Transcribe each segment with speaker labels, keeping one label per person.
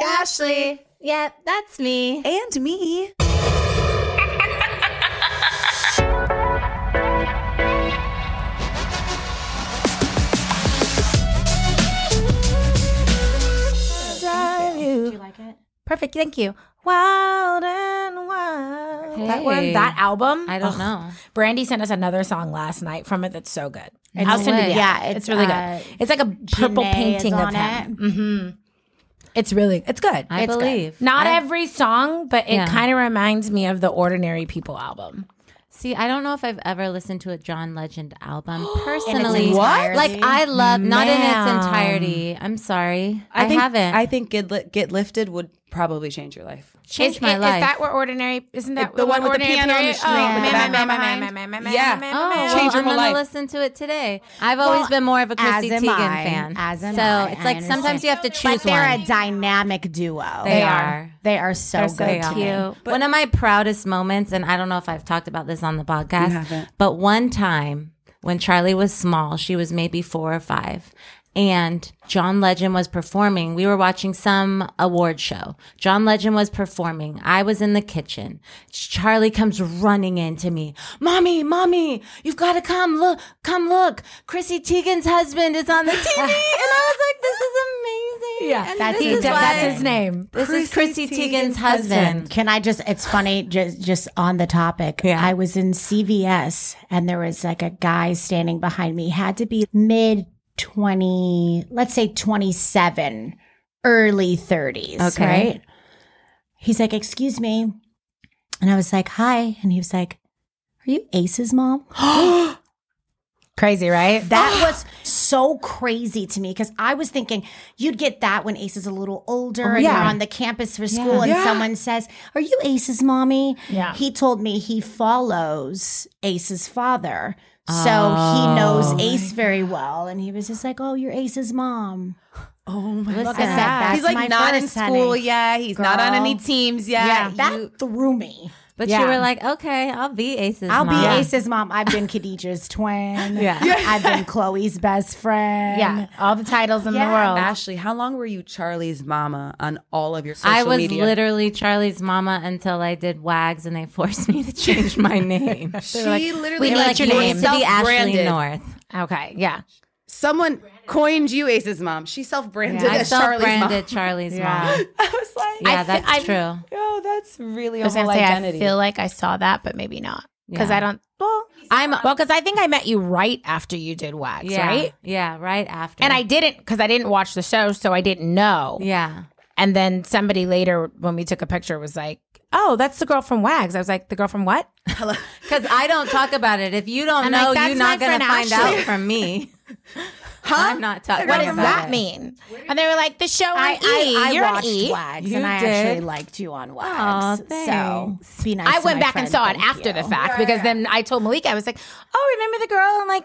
Speaker 1: Ashley. Yep, that's me.
Speaker 2: And me. Drive
Speaker 1: Do you
Speaker 2: you.
Speaker 1: like it?
Speaker 2: Perfect. Thank you. Wild and wild. That
Speaker 3: Hey.
Speaker 2: one, that album.
Speaker 3: I don't
Speaker 2: Ugh.
Speaker 3: know.
Speaker 2: Brandy sent us another song last night from it that's so good.
Speaker 3: No
Speaker 2: I'll send
Speaker 3: way.
Speaker 2: it.
Speaker 1: Yeah,
Speaker 2: Yeah, it's,
Speaker 1: it's,
Speaker 2: really
Speaker 1: uh,
Speaker 2: good. It's like a purple
Speaker 1: Jhené is
Speaker 2: painting of
Speaker 1: on
Speaker 2: him. hmm It's really it's good.
Speaker 3: I
Speaker 2: It's good.
Speaker 3: believe.
Speaker 2: Not
Speaker 3: I-
Speaker 2: every song, but it
Speaker 3: Yeah.
Speaker 2: kind of reminds me of the Ordinary People album.
Speaker 3: See, I don't know if I've ever listened to a John Legend album
Speaker 1: In
Speaker 3: personally.
Speaker 1: its entirety?
Speaker 3: Like I love not in
Speaker 2: Ma'am.
Speaker 3: its entirety. I'm sorry. I,
Speaker 4: think,
Speaker 3: haven't.
Speaker 4: I think get, Li- get lifted would probably change your life.
Speaker 3: changed
Speaker 2: is,
Speaker 3: my
Speaker 2: is
Speaker 3: life.
Speaker 2: that where Ordinary isn't that
Speaker 4: The one with the
Speaker 2: Ordinary
Speaker 4: piano and the
Speaker 2: Period-
Speaker 4: string
Speaker 2: Oh,
Speaker 4: in the
Speaker 2: ma'am, ma'am,
Speaker 4: background.
Speaker 2: ma'am, ma'am, ma'am, ma'am, ma'am,
Speaker 4: Yeah.
Speaker 2: ma'am,
Speaker 3: Oh,
Speaker 2: ma'am.
Speaker 3: well,
Speaker 4: Change your
Speaker 3: I'm
Speaker 4: whole
Speaker 3: gonna
Speaker 4: life.
Speaker 3: listen to it today. I've always been more of a Chrissy
Speaker 1: as
Speaker 3: Teigen
Speaker 1: am I,
Speaker 3: fan.
Speaker 1: as am
Speaker 3: so
Speaker 1: I,
Speaker 3: it's
Speaker 1: I
Speaker 3: like sometimes
Speaker 1: understand.
Speaker 3: you have to choose
Speaker 1: But they're
Speaker 3: one.
Speaker 1: a dynamic duo.
Speaker 3: They are.
Speaker 1: They are so
Speaker 2: They're
Speaker 1: good.
Speaker 2: so
Speaker 1: to
Speaker 2: cute.
Speaker 1: me.
Speaker 3: one of my proudest moments, and I don't know if I've talked about this on the podcast,
Speaker 4: haven't.
Speaker 3: but one time when Charlie was small, she was maybe four or five, and John Legend was performing. We were watching some award show. John Legend was performing. I was in the kitchen. Charlie comes running into me. Mommy, mommy, you've got to come look, come look. Chrissy Teigen's husband is on the TV. and I was like, this is amazing.
Speaker 2: Yeah,
Speaker 3: And
Speaker 2: that's,
Speaker 3: this
Speaker 2: he-
Speaker 3: is
Speaker 2: that's
Speaker 3: why-
Speaker 2: his name.
Speaker 3: This is Chrissy Teigen's husband.
Speaker 1: Can I just? It's funny, just just on the topic.
Speaker 3: Yeah.
Speaker 1: I was in CVS and there was like a guy standing behind me. Had to be mid twenty, let's say twenty seven, early thirties.
Speaker 3: Okay.
Speaker 1: Right. He's like, "Excuse me," and I was like, "Hi," and he was like, "Are you Ace's mom?"
Speaker 2: Crazy, right?
Speaker 1: That was so crazy to me because I was thinking you'd get that when Ace is a little older and
Speaker 2: yeah.
Speaker 1: you're on the campus for school and
Speaker 4: Yeah.
Speaker 1: someone says, Are you Ace's mommy?
Speaker 2: Yeah.
Speaker 1: He told me he follows Ace's father. So
Speaker 3: Oh.
Speaker 1: he knows Ace very well. And he was just like, Oh, you're Ace's mom.
Speaker 4: Oh my
Speaker 3: Look
Speaker 4: god.
Speaker 3: at that.
Speaker 1: That's
Speaker 4: He's like
Speaker 1: my
Speaker 4: not in
Speaker 1: first,
Speaker 4: school
Speaker 1: honey.
Speaker 4: yet. He's not on
Speaker 1: Girl.
Speaker 4: any teams yet.
Speaker 1: Yeah. That
Speaker 4: You-
Speaker 1: threw me.
Speaker 3: But
Speaker 2: Yeah.
Speaker 3: you were like, okay, I'll be Ace's
Speaker 1: I'll
Speaker 3: mom.
Speaker 1: be Ace's mom. I've been Khadijah's twin.
Speaker 3: Yeah.
Speaker 1: I've been Chloe's best friend.
Speaker 2: yeah, all the titles in
Speaker 1: Yeah.
Speaker 2: the world.
Speaker 4: Ashley, how long were you Charlie's mama on all of your social
Speaker 3: I was
Speaker 4: media?
Speaker 3: literally Charlie's mama until I did Wags and they forced me to change my name.
Speaker 4: she literally
Speaker 3: we
Speaker 2: need
Speaker 3: like,
Speaker 2: like your
Speaker 3: you
Speaker 2: name.
Speaker 3: used to be Ashley
Speaker 4: Self-branded.
Speaker 3: North.
Speaker 2: Okay, yeah.
Speaker 4: Someone coined you Ace's mom. She self-branded
Speaker 3: I
Speaker 4: as Charlie's mom.
Speaker 3: self-branded Charlie's
Speaker 2: Yeah.
Speaker 3: mom.
Speaker 4: I was like,
Speaker 3: Yeah,
Speaker 2: I fe-
Speaker 3: that's
Speaker 2: I'm-
Speaker 3: true.
Speaker 4: oh, that's really
Speaker 2: I
Speaker 4: a
Speaker 2: was
Speaker 4: whole
Speaker 2: gonna say
Speaker 4: identity.
Speaker 2: I feel like I saw that, but maybe not because
Speaker 3: Yeah.
Speaker 2: I don't. Well, I'm well because I think I met you right after you did Wax,
Speaker 3: Yeah,
Speaker 2: right?
Speaker 3: yeah, right after.
Speaker 2: And I didn't because I didn't watch the show, so I didn't know.
Speaker 3: yeah,
Speaker 2: And then somebody later, when we took a picture, was like, "Oh, that's the girl from Wags." I was like, "The girl from what?"
Speaker 3: because I don't talk about it. If you don't
Speaker 2: I'm like,
Speaker 3: know,
Speaker 2: that's
Speaker 3: you're
Speaker 2: my
Speaker 3: not gonna
Speaker 2: friend
Speaker 3: find
Speaker 2: Ashley.
Speaker 3: out from me.
Speaker 4: huh?
Speaker 3: I'm not talking.
Speaker 2: What
Speaker 3: about
Speaker 2: does that
Speaker 3: it.
Speaker 2: mean? And they were like, "The show on
Speaker 1: I,
Speaker 2: E.
Speaker 1: I, I
Speaker 2: You're on
Speaker 1: watched
Speaker 2: E."
Speaker 1: Wags
Speaker 3: You
Speaker 1: and I
Speaker 3: did?
Speaker 1: actually liked you on Wags.
Speaker 3: Aw,
Speaker 1: so be nice
Speaker 2: I
Speaker 1: to
Speaker 2: went
Speaker 1: my
Speaker 2: back
Speaker 1: friend,
Speaker 2: and saw it
Speaker 1: thank
Speaker 2: after the
Speaker 1: you.
Speaker 2: fact because then I told Malika, I was like, "Oh, remember the girl and like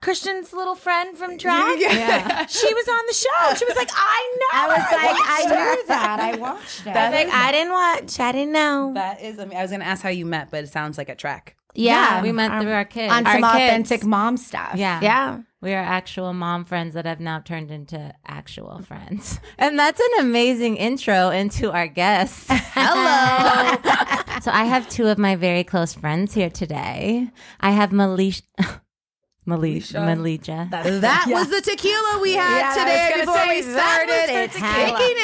Speaker 2: Christian's little friend from drag?
Speaker 3: Yeah.
Speaker 2: she was on the show. She was like, I know.
Speaker 1: I was like, I
Speaker 2: watched it."
Speaker 1: knew that. I watched it.
Speaker 2: I was like, I didn't watch. I didn't know.
Speaker 4: That is. I, mean, I was gonna ask how you met, but it sounds like a track.
Speaker 3: Yeah, we met through our kids.
Speaker 1: on
Speaker 3: Our
Speaker 1: some
Speaker 3: kids.
Speaker 1: authentic mom stuff.
Speaker 3: Yeah,
Speaker 2: Yeah.
Speaker 3: We are actual mom friends that have now turned into actual friends. And that's an amazing intro into our guests. Hello. so I have two of my very close friends here today. I have Malisha. Malisha. Malisha.
Speaker 4: That was the tequila we had today before we started. It's kicking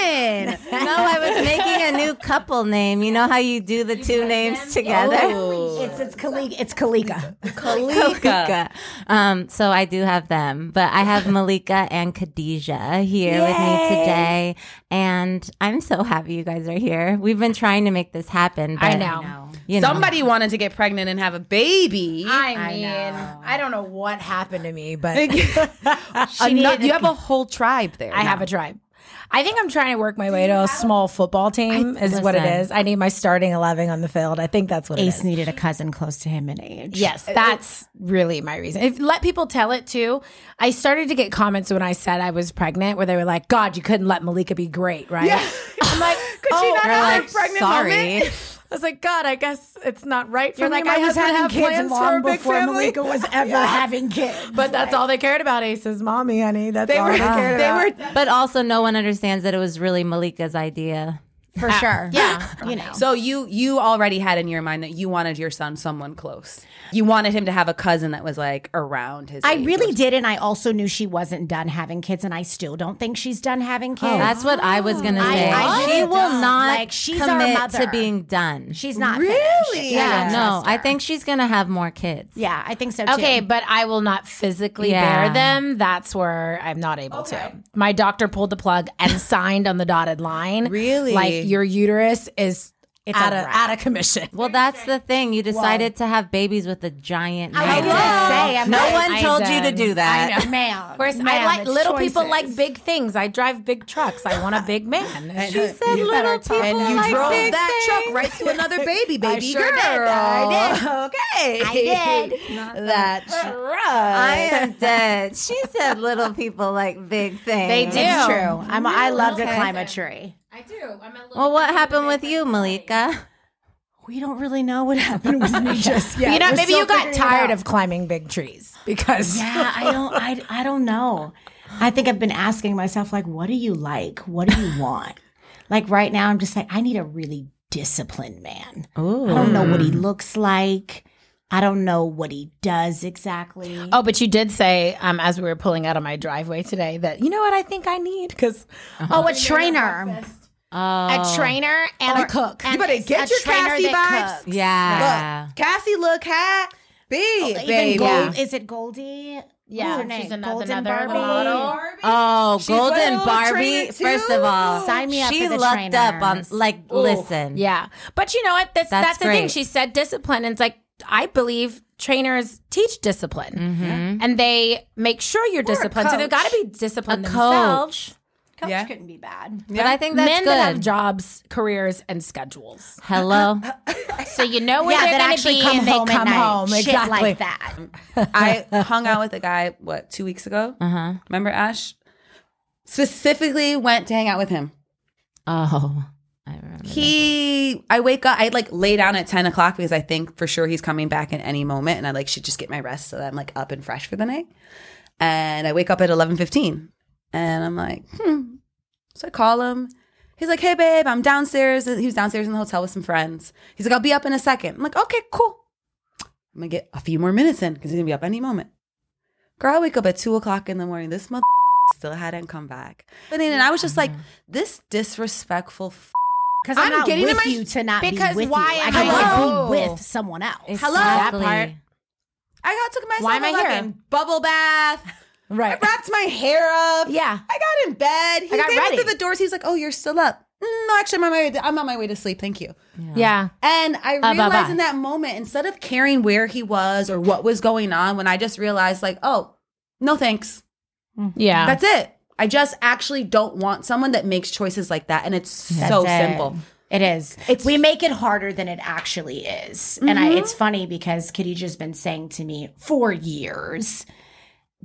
Speaker 3: no, I was making a new couple name. You know how you do the two names together?
Speaker 4: in. Ooh.
Speaker 1: It's it's Kalika. It's Kalika.
Speaker 3: Malika. Um, so I do have them, but I have Malika and Khadija here with me today. And I'm so happy you guys are here. We've been trying to make this happen. But,
Speaker 2: I know.
Speaker 3: You know.
Speaker 4: Somebody wanted to get pregnant and have a baby.
Speaker 2: I mean, I, don't know what happened to me, but
Speaker 4: Ano- you have a whole tribe there.
Speaker 2: I have a tribe. I think I'm trying to work my way to a small football team. is what it
Speaker 3: listen.
Speaker 2: is. I need my starting eleven on the field. I think that's what it
Speaker 1: Ace
Speaker 2: is.
Speaker 1: needed a cousin close to him in age.
Speaker 2: Yes, that's really my reason. If let people tell it too. I started to get comments when I said I was pregnant where they were like, God, you couldn't let Malika be great, right? I'm like,
Speaker 4: Could she
Speaker 2: oh,
Speaker 4: not
Speaker 2: girl,
Speaker 4: have
Speaker 2: like,
Speaker 4: a pregnant
Speaker 3: sorry.
Speaker 4: moment?
Speaker 2: was like, God, I guess it's not right for
Speaker 1: You're
Speaker 2: me.
Speaker 1: like,
Speaker 2: My
Speaker 1: I was
Speaker 2: husband
Speaker 1: having
Speaker 2: had
Speaker 1: kids
Speaker 2: plans for
Speaker 1: long
Speaker 2: a big
Speaker 1: before
Speaker 2: family.
Speaker 1: Malika was ever having kids.
Speaker 2: But that's all they cared about, Ace, is mommy, honey. That's all
Speaker 5: were-
Speaker 2: they cared
Speaker 5: they
Speaker 2: about.
Speaker 5: were
Speaker 3: But also, no one understands that it was really Malika's idea.
Speaker 1: for sure.
Speaker 2: yeah.
Speaker 1: You know.
Speaker 5: So you you already had in your mind that you wanted your son someone close. You wanted him to have a cousin that was like around his.
Speaker 1: I
Speaker 5: age.
Speaker 1: really did, and I also knew she wasn't done having kids, and I still don't think she's done
Speaker 2: Oh,
Speaker 1: having kids.
Speaker 3: That's what I was gonna say.
Speaker 1: I-
Speaker 3: she will not
Speaker 1: Like, she's our
Speaker 3: commit
Speaker 1: mother.
Speaker 3: to being done.
Speaker 1: she's not
Speaker 5: Really?
Speaker 1: Finished.
Speaker 3: yeah,
Speaker 1: I don't
Speaker 3: no,
Speaker 1: trust
Speaker 3: I
Speaker 1: her.
Speaker 3: think she's gonna have more kids.
Speaker 1: Yeah, I think so too.
Speaker 2: Okay, but I will not physically
Speaker 3: Yeah.
Speaker 2: bear them. That's where I'm not able to. My doctor pulled the plug and signed on the dotted line.
Speaker 5: Really?
Speaker 2: Like your uterus is
Speaker 1: It's
Speaker 2: out
Speaker 1: a
Speaker 2: of
Speaker 1: wrap.
Speaker 2: out of commission.
Speaker 3: Well, that's the thing. You decided to have babies with a giant.
Speaker 1: I was
Speaker 3: man.
Speaker 1: gonna say, I'm
Speaker 6: No
Speaker 1: like,
Speaker 6: one
Speaker 2: I
Speaker 6: told you to
Speaker 2: did.
Speaker 6: do that.
Speaker 1: I, ma'am. Of
Speaker 2: Of course, I like little people like big things. I drive big trucks. I want a big man.
Speaker 1: Uh,
Speaker 2: It's just-
Speaker 3: said little people
Speaker 5: And you drove
Speaker 3: big
Speaker 5: that
Speaker 3: things.
Speaker 5: truck right to another baby, baby
Speaker 2: I sure
Speaker 5: girl.
Speaker 2: did. I
Speaker 5: Okay,
Speaker 1: I did.
Speaker 6: That I am dead. She said little people like big things.
Speaker 2: They do.
Speaker 1: It's true. I'm, I love to climb a tree.
Speaker 2: I do. I'm a little
Speaker 3: Well, what happened with you, Malika?
Speaker 1: We don't really know what happened with me just yet.
Speaker 2: you know,
Speaker 1: We're
Speaker 2: maybe
Speaker 1: still
Speaker 2: you got
Speaker 1: figuring it
Speaker 2: tired
Speaker 1: out.
Speaker 2: of climbing big trees because
Speaker 1: Yeah, I don't. I, I don't know. I think I've been asking myself like, what do you like? What do you want? Like right now, I'm just like, I need a really disciplined man. I don't know what he looks like. I don't know what he does exactly.
Speaker 2: Oh, but you did say um, as we were pulling out of my driveway today that you know what I think I need because
Speaker 1: Oh, a trainer.
Speaker 3: Oh,
Speaker 2: a trainer and a cook.
Speaker 1: And
Speaker 5: You better
Speaker 1: it's
Speaker 5: get
Speaker 1: a
Speaker 5: your
Speaker 1: trainer
Speaker 5: Cassie
Speaker 1: that
Speaker 5: vibes.
Speaker 1: cooks.
Speaker 3: yeah.
Speaker 5: Look, Cassie look happy,
Speaker 1: Oh, Even
Speaker 5: baby.
Speaker 1: Gold, is it Goldie?
Speaker 2: Yeah,
Speaker 1: What's her
Speaker 2: she's
Speaker 1: name?
Speaker 2: another-
Speaker 1: Golden
Speaker 2: another
Speaker 1: Barbie.
Speaker 2: model.
Speaker 3: Oh, Golden
Speaker 5: little
Speaker 3: Barbie.
Speaker 5: trainer, too.
Speaker 3: First of all,
Speaker 1: Sign me up
Speaker 3: she
Speaker 1: for the
Speaker 3: lucked up on
Speaker 1: trainers.
Speaker 3: like listen.
Speaker 2: Yeah, but you know what? That's that's,
Speaker 3: That's
Speaker 2: the thing.
Speaker 3: great.
Speaker 2: She said discipline, and it's like I believe trainers teach discipline,
Speaker 3: Mm-hmm.
Speaker 2: and they make sure you're disciplined. So they've got to be disciplined themselves.
Speaker 3: Coach.
Speaker 1: Coach
Speaker 5: Yeah.
Speaker 1: couldn't be bad.
Speaker 3: But I think that's
Speaker 2: Men
Speaker 3: good.
Speaker 2: that have jobs, careers, and schedules,
Speaker 3: Hello.
Speaker 2: so you know where
Speaker 1: Yeah,
Speaker 2: they're
Speaker 1: that
Speaker 2: going to
Speaker 1: actually
Speaker 2: be
Speaker 1: come
Speaker 2: and they
Speaker 1: home
Speaker 2: come
Speaker 1: at night.
Speaker 2: home.
Speaker 1: Shit
Speaker 2: exactly.
Speaker 1: like that.
Speaker 5: I hung out with a guy what two weeks ago. Uh-huh. Remember Ash? Specifically went to hang out with him.
Speaker 3: Oh, I remember.
Speaker 5: He, I wake up, I like lay down at ten o'clock because I think for sure he's coming back in any moment, and I like should just get my rest so that I'm like up and fresh for the night. And I wake up at eleven fifteen, and I'm like, hmm. So I call him. He's like, hey babe, I'm downstairs. He was downstairs in the hotel with some friends. He's like, I'll be up in a second. I'm like, okay, cool. I'm gonna get a few more minutes in because he's gonna be up any moment. Girl, I wake up at two o'clock in the morning. This mother still hadn't come back. And then I was just like, this disrespectful. F-
Speaker 1: Because
Speaker 2: I'm
Speaker 1: I'm, not
Speaker 2: getting to
Speaker 1: with
Speaker 2: my-
Speaker 1: you to not
Speaker 2: because
Speaker 1: be with
Speaker 2: why
Speaker 1: you. I
Speaker 2: am
Speaker 1: can
Speaker 2: I-
Speaker 1: like, be with someone else.
Speaker 3: Exactly.
Speaker 2: part.
Speaker 5: I got took myself
Speaker 2: Why am
Speaker 5: a
Speaker 2: I here?
Speaker 5: fucking bubble bath. I
Speaker 2: Right.
Speaker 5: wrapped my hair up.
Speaker 2: Yeah.
Speaker 5: I got in bed. He
Speaker 2: got
Speaker 5: came in
Speaker 2: ready.
Speaker 5: through the doors. He was like, "Oh, you're still up." No, actually, I'm on my way. I'm on my way to sleep. Thank you.
Speaker 2: Yeah.
Speaker 5: And I
Speaker 2: Uh,
Speaker 5: realized
Speaker 2: bye-bye.
Speaker 5: in that moment, instead of caring where he was or what was going on, when I just realized, like, "Oh, no, thanks."
Speaker 2: Yeah.
Speaker 5: That's it. I just actually don't want someone that makes choices like that. And it's
Speaker 1: That's
Speaker 5: so
Speaker 1: it.
Speaker 5: simple.
Speaker 1: It is. we make it harder than it actually is. And I, it's funny because Kitty just been saying to me for years,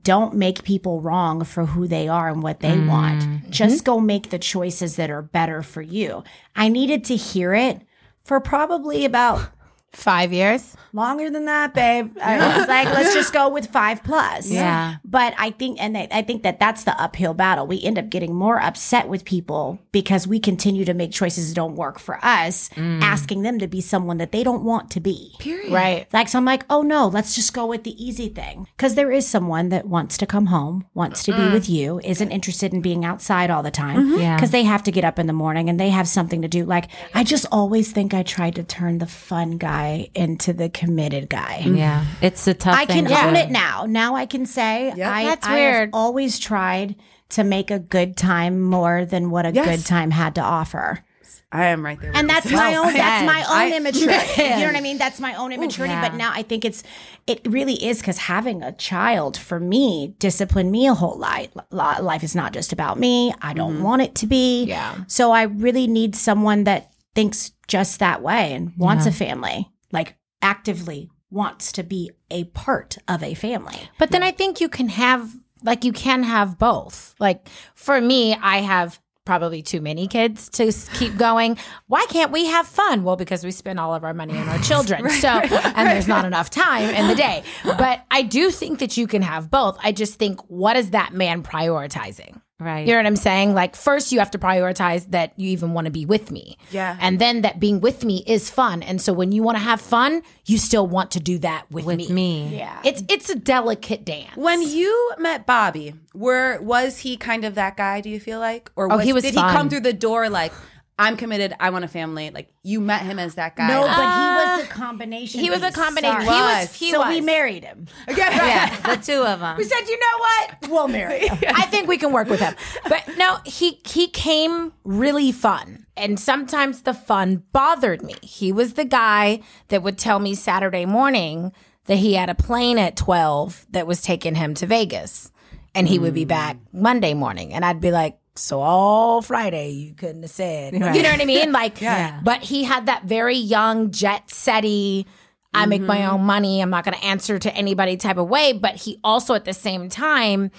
Speaker 1: don't make people wrong for who they are and what they want. Just go make the choices that are better for you. I needed to hear it for probably about
Speaker 2: Five years.
Speaker 1: longer than that, babe. I was like, let's just go with five plus.
Speaker 3: Yeah.
Speaker 1: But I think, and I I think that that's the uphill battle. We end up getting more upset with people because we continue to make choices that don't work for us, asking them to be someone that they don't want to be.
Speaker 2: Right.
Speaker 1: Like, so I'm like, oh no, let's just go with the easy thing. Cause there is someone that wants to come home, wants to
Speaker 2: Mm.
Speaker 1: be with you, isn't interested in being outside all the time.
Speaker 2: Mm-hmm.
Speaker 3: Yeah.
Speaker 1: Cause they have to get up in the morning and they have something to do. Like, I just always think I tried to turn the fun guy into the committed guy.
Speaker 2: Mm.
Speaker 3: Yeah, it's a tough.
Speaker 1: I can
Speaker 3: thing to
Speaker 1: own
Speaker 3: do.
Speaker 1: it now. Now I can say I,
Speaker 2: That's
Speaker 1: I have
Speaker 2: weird.
Speaker 1: always tried to make a good time more than what a good time had to offer.
Speaker 5: I am right there. with
Speaker 1: And
Speaker 5: you.
Speaker 1: that's my own that's my own
Speaker 5: I-
Speaker 1: immaturity. You know what I mean? That's my own immaturity.
Speaker 3: yeah.
Speaker 1: But now I think it's it really is because having a child for me disciplined me a whole life. Life is not just about me. I don't want it to be.
Speaker 2: Mm-hmm. Yeah.
Speaker 1: So I really need someone that thinks just that way and wants a family, like actively wants to be a part of a family.
Speaker 2: But then I think you can have like you can have both. Like for me, I have probably too many kids to s- keep going. Why can't we have fun? Well, because we spend all of our money on our children. so, and there's not enough time in the day. But I do think that you can have both. I just think, what is that man prioritizing?
Speaker 3: Right.
Speaker 2: You know what I'm saying? Like, first, you have to prioritize that you even want to be with me.
Speaker 5: Yeah.
Speaker 2: And then that being with me is fun. And so, when you want to have fun, you still want to do that with,
Speaker 3: with
Speaker 2: me.
Speaker 3: me.
Speaker 1: Yeah.
Speaker 2: It's it's a delicate dance.
Speaker 5: When you met Bobby, were was he kind of that guy? Do you feel like, or was,
Speaker 2: he was
Speaker 5: did
Speaker 2: fun.
Speaker 5: Oh, he come through the door like, I'm committed, I want a family? Like you met him as that guy?
Speaker 1: No,
Speaker 5: like,
Speaker 1: but he was a combination.
Speaker 2: Uh, he was a
Speaker 1: piece.
Speaker 2: combination.
Speaker 1: Sorry.
Speaker 2: He was.
Speaker 5: Was.
Speaker 2: He
Speaker 1: so
Speaker 2: was.
Speaker 1: we married him.
Speaker 3: Yeah, the two of them.
Speaker 2: said, you know what?
Speaker 1: We'll marry him.
Speaker 2: I think we can work with him. But no, he he came really fun. And sometimes the fun bothered me. He was the guy that would tell me Saturday morning that he had a plane at 12 that was taking him to Vegas and he would be back Monday morning and I'd be like so all Friday you couldn't have said. You know what I mean? Like but he had that very young jet setty I make my own money. I'm not going to answer to anybody type of way, but he also at the same time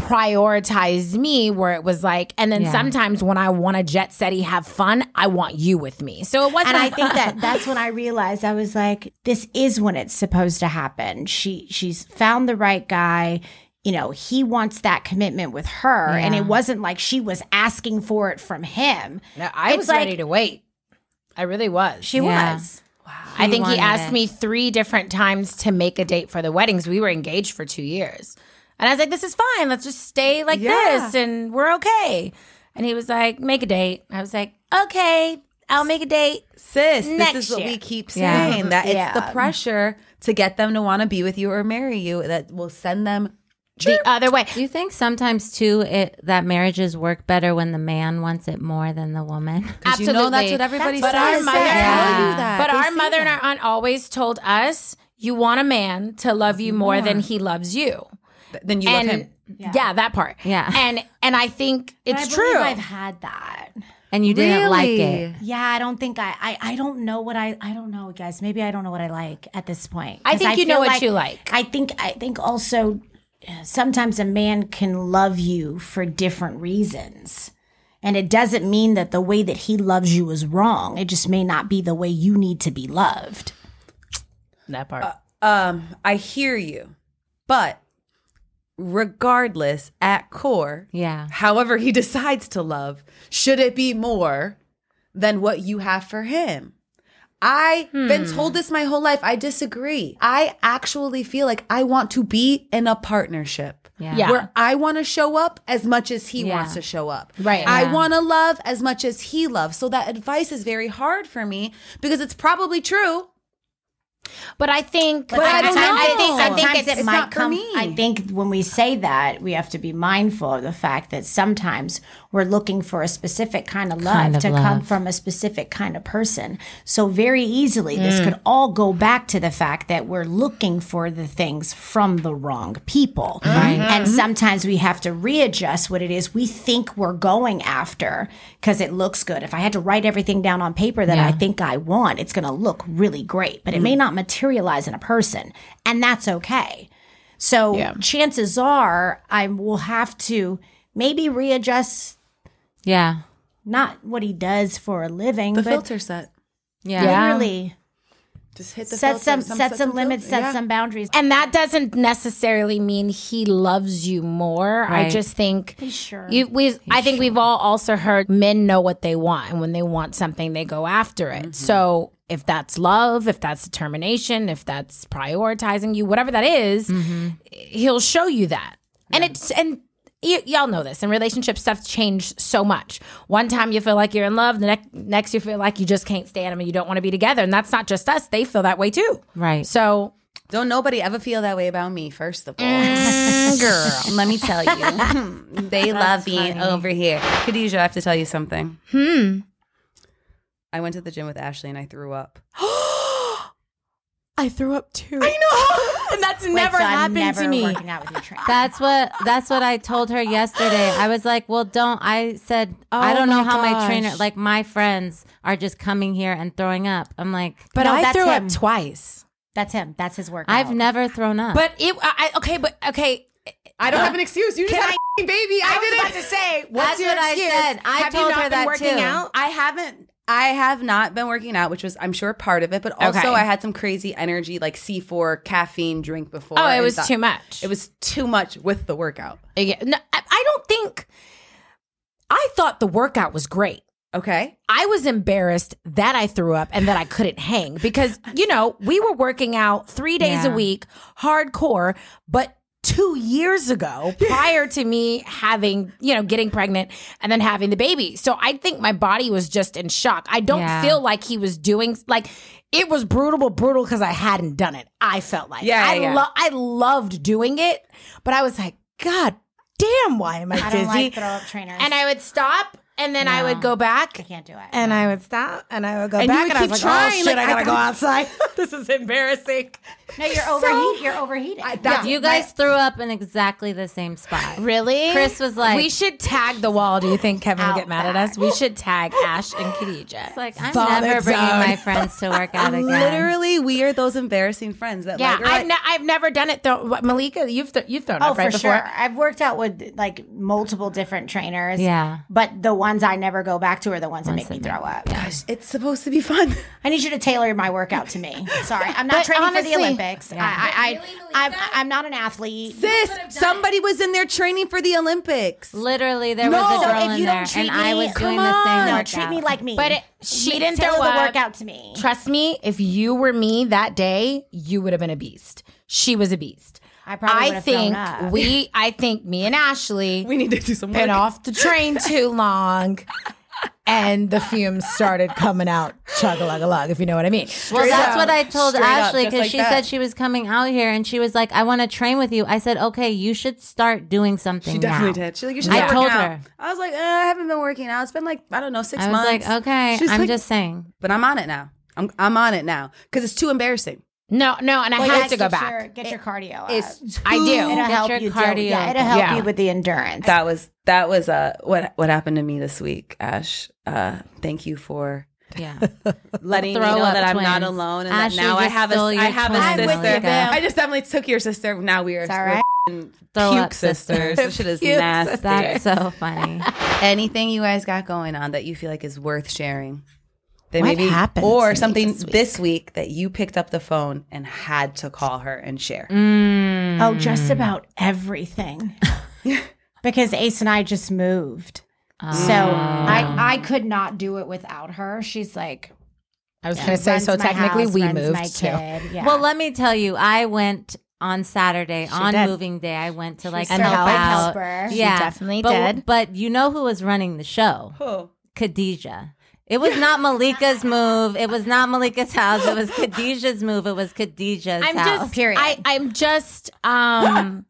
Speaker 2: prioritized me where it was like and then sometimes when I want to jet setty have fun, I want you with me. So it wasn't
Speaker 1: and I think that that's when I realized I was like, this is when it's supposed to happen. She she's found the right guy. You know, he wants that commitment with her, and it wasn't like she was asking for it from him.
Speaker 2: No, I
Speaker 1: It's
Speaker 2: was
Speaker 1: like-
Speaker 2: ready to wait. I really was.
Speaker 1: She
Speaker 3: Yeah.
Speaker 1: was.
Speaker 2: I think he
Speaker 3: wanted
Speaker 2: asked
Speaker 3: it.
Speaker 2: me three different times to make a date for the weddings. We were engaged for two years. And I was like, this is fine. Let's just stay like this and we're okay. And he was like, make a date. I was like, okay, I'll make a date.
Speaker 5: sis,
Speaker 2: Next
Speaker 5: this is what
Speaker 2: year.
Speaker 5: we keep
Speaker 3: Yeah.
Speaker 5: saying that it's the pressure to get them to want to be with you or marry you that will send them.
Speaker 2: The other way.
Speaker 3: Do you think sometimes too it that marriages work better when the man wants it more than the woman?
Speaker 5: 'Cause You know that's
Speaker 2: Absolutely.
Speaker 5: what everybody
Speaker 2: But our
Speaker 5: says.
Speaker 2: mother,
Speaker 5: They tell you that.
Speaker 2: but
Speaker 5: They
Speaker 2: our
Speaker 5: say
Speaker 2: mother and
Speaker 5: that.
Speaker 2: our aunt always told us, you want a man to love you more than he loves you.
Speaker 5: then you love
Speaker 2: and
Speaker 5: him.
Speaker 2: yeah. that part.
Speaker 3: Yeah.
Speaker 2: and and I think
Speaker 1: I believe
Speaker 2: it's true.
Speaker 1: I've had that.
Speaker 3: And you didn't like it.
Speaker 1: Yeah, I don't think I, I. I don't know what I. I don't know, guys. Maybe I don't know what I like at this point.
Speaker 2: I
Speaker 1: 'Cause
Speaker 2: think you know
Speaker 1: feel
Speaker 2: what you like.
Speaker 1: I think. I think also, uh, sometimes a man can love you for different reasons, and it doesn't mean that the way that he loves you is wrong. It just may not be the way you need to be loved.
Speaker 2: that part.
Speaker 5: Um, I hear you, but regardless, at core,
Speaker 3: Yeah.
Speaker 5: however he decides to love, should it be more than what you have for him? I've been
Speaker 3: Hmm.
Speaker 5: told this my whole life. I disagree. I actually feel like I want to be in a partnership.
Speaker 3: Yeah.
Speaker 2: Yeah.
Speaker 5: Where I want to show up as much as he
Speaker 3: Yeah.
Speaker 5: wants to show up.
Speaker 2: Right.
Speaker 5: I want to love as much as he loves. So that advice is very hard for me because it's probably true.
Speaker 2: But I think,
Speaker 1: But
Speaker 5: I don't
Speaker 2: sometimes-
Speaker 5: know.
Speaker 2: I think, I think
Speaker 1: sometimes
Speaker 2: it's,
Speaker 1: it
Speaker 5: it's
Speaker 1: might
Speaker 5: not for
Speaker 1: come.
Speaker 5: me.
Speaker 1: I think when we say that, we have to be mindful of the fact that sometimes we're looking for a specific kind of love
Speaker 3: Kind of
Speaker 1: to come
Speaker 3: love.
Speaker 1: from a specific kind of person. So very easily, this
Speaker 3: Mm.
Speaker 1: could all go back to the fact that we're looking for the things from the wrong people, and
Speaker 3: Mm-hmm.
Speaker 1: sometimes we have to readjust what it is we think we're going after because it looks good. If I had to write everything down on paper that I think I want, it's going to look really great, but it
Speaker 3: Mm.
Speaker 1: may not materialize in a person, and that's okay. So chances are I will have to maybe readjust
Speaker 3: Yeah.
Speaker 1: not what he does for a living,
Speaker 5: The
Speaker 1: but
Speaker 5: filter set.
Speaker 3: Yeah.
Speaker 1: literally
Speaker 5: Just hit the
Speaker 1: set
Speaker 5: filter,
Speaker 1: some, set some,
Speaker 5: filter.
Speaker 1: limits, set
Speaker 5: Yeah.
Speaker 1: some boundaries.
Speaker 2: and that doesn't necessarily mean he loves you more. I
Speaker 3: Right.
Speaker 2: just think
Speaker 1: sure.
Speaker 2: you, we. I think we've all also heard men know what they want, and when they want something, they go after it. So if that's love, if that's determination, if that's prioritizing you, whatever that is, he'll show you that. And it's and y- y'all know this. And relationship stuff changed so much. One time you feel like you're in love, the next next you feel like you just can't stand him and you don't want to be together. And that's not just us; they feel that way too.
Speaker 3: Right.
Speaker 2: So
Speaker 5: Don't nobody ever feel that way about me, first of all.
Speaker 4: Mm,
Speaker 5: Girl. Let me tell you. they love being over here. Khadijah, I have to tell you something. Hmm. I went to the gym with Ashley and I threw up.
Speaker 2: I threw up too. I know, and that's never
Speaker 1: so I'm
Speaker 2: happened
Speaker 1: never
Speaker 2: to me.
Speaker 1: Working out with your trainer.
Speaker 3: That's what that's what I told her yesterday. I was like, "Well, don't." I said, "I
Speaker 2: Oh
Speaker 3: don't
Speaker 2: my
Speaker 3: know how my
Speaker 2: gosh.
Speaker 3: trainer, like my friends, are just coming here and throwing up." I'm like,
Speaker 2: But
Speaker 1: No,
Speaker 2: I
Speaker 1: that's
Speaker 2: threw
Speaker 1: him.
Speaker 2: up twice.
Speaker 1: That's him. That's his workout.
Speaker 3: "I've never thrown up."
Speaker 2: But it, I, I- okay, but okay.
Speaker 5: I don't have an excuse. You just had a f***ing baby. I,
Speaker 2: I was
Speaker 5: didn't.
Speaker 2: about to say, what's
Speaker 7: That's
Speaker 2: your
Speaker 7: what I
Speaker 2: excuse?
Speaker 7: said. I
Speaker 2: Have
Speaker 7: told
Speaker 2: you not
Speaker 7: her
Speaker 2: been
Speaker 7: that
Speaker 2: working
Speaker 7: too.
Speaker 2: out?
Speaker 4: I haven't. I have not been working out, which was, I'm sure, part of it. But also,
Speaker 2: Okay.
Speaker 4: I had some crazy energy, like C4 caffeine drink before.
Speaker 2: Oh, it
Speaker 4: and
Speaker 2: was
Speaker 4: thought-
Speaker 2: too much.
Speaker 4: It was too much with the workout.
Speaker 2: Yeah, no, I, I don't think. I thought the workout was great.
Speaker 4: Okay.
Speaker 2: I was embarrassed that I threw up and that I couldn't hang because, you know, we were working out three days a
Speaker 3: Yeah.
Speaker 2: week, hardcore, but two years ago, prior to me having, you know, getting pregnant and then having the baby. So I think my body was just in shock. I don't
Speaker 3: Yeah.
Speaker 2: feel like he was doing, like, it was brutal, but brutal because I hadn't done it. I felt like.
Speaker 4: Yeah,
Speaker 2: I,
Speaker 4: yeah, yeah.
Speaker 2: lo- I loved doing it, but I was like, God damn, why am I,
Speaker 1: I
Speaker 2: dizzy?
Speaker 1: don't like throw up trainers.
Speaker 2: and I would stop. And then I would go back
Speaker 1: can't do it.
Speaker 2: and I would stop and I would go
Speaker 5: And you
Speaker 2: back
Speaker 5: would
Speaker 2: and I was like,
Speaker 5: keep
Speaker 2: oh
Speaker 5: trying,
Speaker 2: shit,
Speaker 5: like,
Speaker 2: I gotta
Speaker 5: I
Speaker 2: go
Speaker 5: don't-
Speaker 2: outside. this is embarrassing.
Speaker 1: no, you're overheat. You're overheating.
Speaker 4: That's-
Speaker 3: You guys threw up in exactly the same spot.
Speaker 2: Really?
Speaker 3: Chris was like-
Speaker 2: we should tag the wall. Do you think Kevin would get mad at us? We should tag Ash and Khadija.
Speaker 3: It's like I'm
Speaker 2: Vomit
Speaker 3: never bringing
Speaker 2: zone.
Speaker 3: my friends to work out again.
Speaker 4: Literally, we are those embarrassing friends that
Speaker 2: yeah,
Speaker 4: like, are
Speaker 2: I've,
Speaker 4: like-
Speaker 2: ne- I've never done it though. What, Malika, you've th- you've thrown
Speaker 1: oh,
Speaker 2: up right
Speaker 1: for
Speaker 2: before.
Speaker 1: sure. I've worked out with like multiple different trainers.
Speaker 3: Yeah.
Speaker 1: But the ones I never go back to are the ones that make me throw up.
Speaker 4: it's supposed to be fun.
Speaker 1: I need you to tailor my workout to me. Sorry, I'm not
Speaker 2: But
Speaker 1: training
Speaker 2: honestly-
Speaker 1: for the Olympics. I, I, I, I'm, I'm not an athlete.
Speaker 4: Sis, somebody was in there training for the Olympics.
Speaker 3: Literally, there
Speaker 1: so
Speaker 3: was a girl
Speaker 1: if
Speaker 3: in
Speaker 1: you
Speaker 3: there,
Speaker 1: don't treat
Speaker 3: and I
Speaker 1: me,
Speaker 3: was
Speaker 1: come
Speaker 3: doing the same
Speaker 1: No,
Speaker 3: workout.
Speaker 1: treat me like me.
Speaker 2: But it, she didn't
Speaker 1: Tailor
Speaker 2: throw
Speaker 1: the
Speaker 2: up.
Speaker 1: workout to me.
Speaker 2: Trust me, if you were me that day, you would have been a beast. She was a beast.
Speaker 1: I probably
Speaker 2: I
Speaker 1: would've thrown
Speaker 2: think
Speaker 1: up.
Speaker 2: we. I think me and Ashley.
Speaker 4: We need to do some
Speaker 2: been
Speaker 4: work.
Speaker 2: off the train too long. And the fumes started coming out, chug a lug a lug, if you know what I mean.
Speaker 3: Well, that's what I told
Speaker 4: Straight up,
Speaker 3: Ashley
Speaker 4: just
Speaker 3: because
Speaker 4: like
Speaker 3: she
Speaker 4: that.
Speaker 3: said she was coming out here, and she was like, "I want to train with you." I said, "Okay, you should start doing something."
Speaker 4: She definitely
Speaker 3: now."
Speaker 4: did. She like you should
Speaker 3: I
Speaker 4: start
Speaker 3: told
Speaker 4: working
Speaker 3: her.
Speaker 4: out. I was like, uh, I haven't been working out. It's been like I don't know six
Speaker 3: I was
Speaker 4: months.
Speaker 3: like, "Okay,
Speaker 4: She's
Speaker 3: I'm
Speaker 4: like-
Speaker 3: just saying."
Speaker 4: but I'm on it now. I'm I'm on it now because it's too embarrassing.
Speaker 2: No, no, and I
Speaker 1: Well,
Speaker 2: have
Speaker 1: yes,
Speaker 2: to go
Speaker 1: get Your,
Speaker 2: back.
Speaker 1: get your cardio. Up.
Speaker 4: It's
Speaker 2: I
Speaker 1: it'll
Speaker 2: do.
Speaker 3: Get
Speaker 1: help
Speaker 3: your
Speaker 1: you. Cardio.
Speaker 3: cardio
Speaker 1: yeah, it'll help
Speaker 2: Yeah.
Speaker 1: you with the endurance.
Speaker 4: that was that was uh what what happened to me this week, Ash. Uh, thank you for
Speaker 3: Yeah,
Speaker 4: letting me
Speaker 3: Throw
Speaker 4: know
Speaker 3: up
Speaker 4: that I'm not
Speaker 3: twins.
Speaker 4: alone and
Speaker 3: Ashley
Speaker 4: that now I
Speaker 3: just
Speaker 4: have a
Speaker 3: stole
Speaker 4: I
Speaker 3: your
Speaker 4: have a
Speaker 3: twins,
Speaker 4: sister.
Speaker 3: Malika.
Speaker 4: I just definitely took your sister. Now we are
Speaker 1: all
Speaker 4: we're
Speaker 1: right.
Speaker 4: f***ing
Speaker 3: Throw
Speaker 4: puke
Speaker 3: up
Speaker 4: sisters.
Speaker 3: sisters.
Speaker 4: This shit is nasty. uh,
Speaker 3: that's so funny.
Speaker 4: anything you guys got going on that you feel like is worth sharing that
Speaker 2: What happened to
Speaker 4: or
Speaker 2: me
Speaker 4: something
Speaker 2: this
Speaker 4: this
Speaker 2: week?
Speaker 4: week? that you picked up the phone and had to call her and share
Speaker 3: Mm.
Speaker 1: Oh, just about everything. because Ace and I just moved. So
Speaker 3: Ah.
Speaker 1: I, I could not do it without her. She's like,
Speaker 2: I was going to say,
Speaker 1: runs
Speaker 2: so
Speaker 1: my
Speaker 2: technically
Speaker 1: house,
Speaker 2: we
Speaker 1: runs my
Speaker 2: moved too.
Speaker 1: kid. Yeah.
Speaker 3: Oh. Well, let me tell you, I went on Saturday on
Speaker 2: did.
Speaker 3: moving day. I went to like
Speaker 1: served
Speaker 3: help
Speaker 2: a
Speaker 3: out.
Speaker 1: helper. She
Speaker 3: Yeah,
Speaker 2: definitely
Speaker 3: but,
Speaker 2: did.
Speaker 3: But you know who was running the show?
Speaker 4: oh
Speaker 3: Khadija. It was not Malika's move. It was not Malika's house. It was Khadijah's move. It was Khadijah's
Speaker 2: I'm
Speaker 3: house.
Speaker 2: just, I, I'm just um,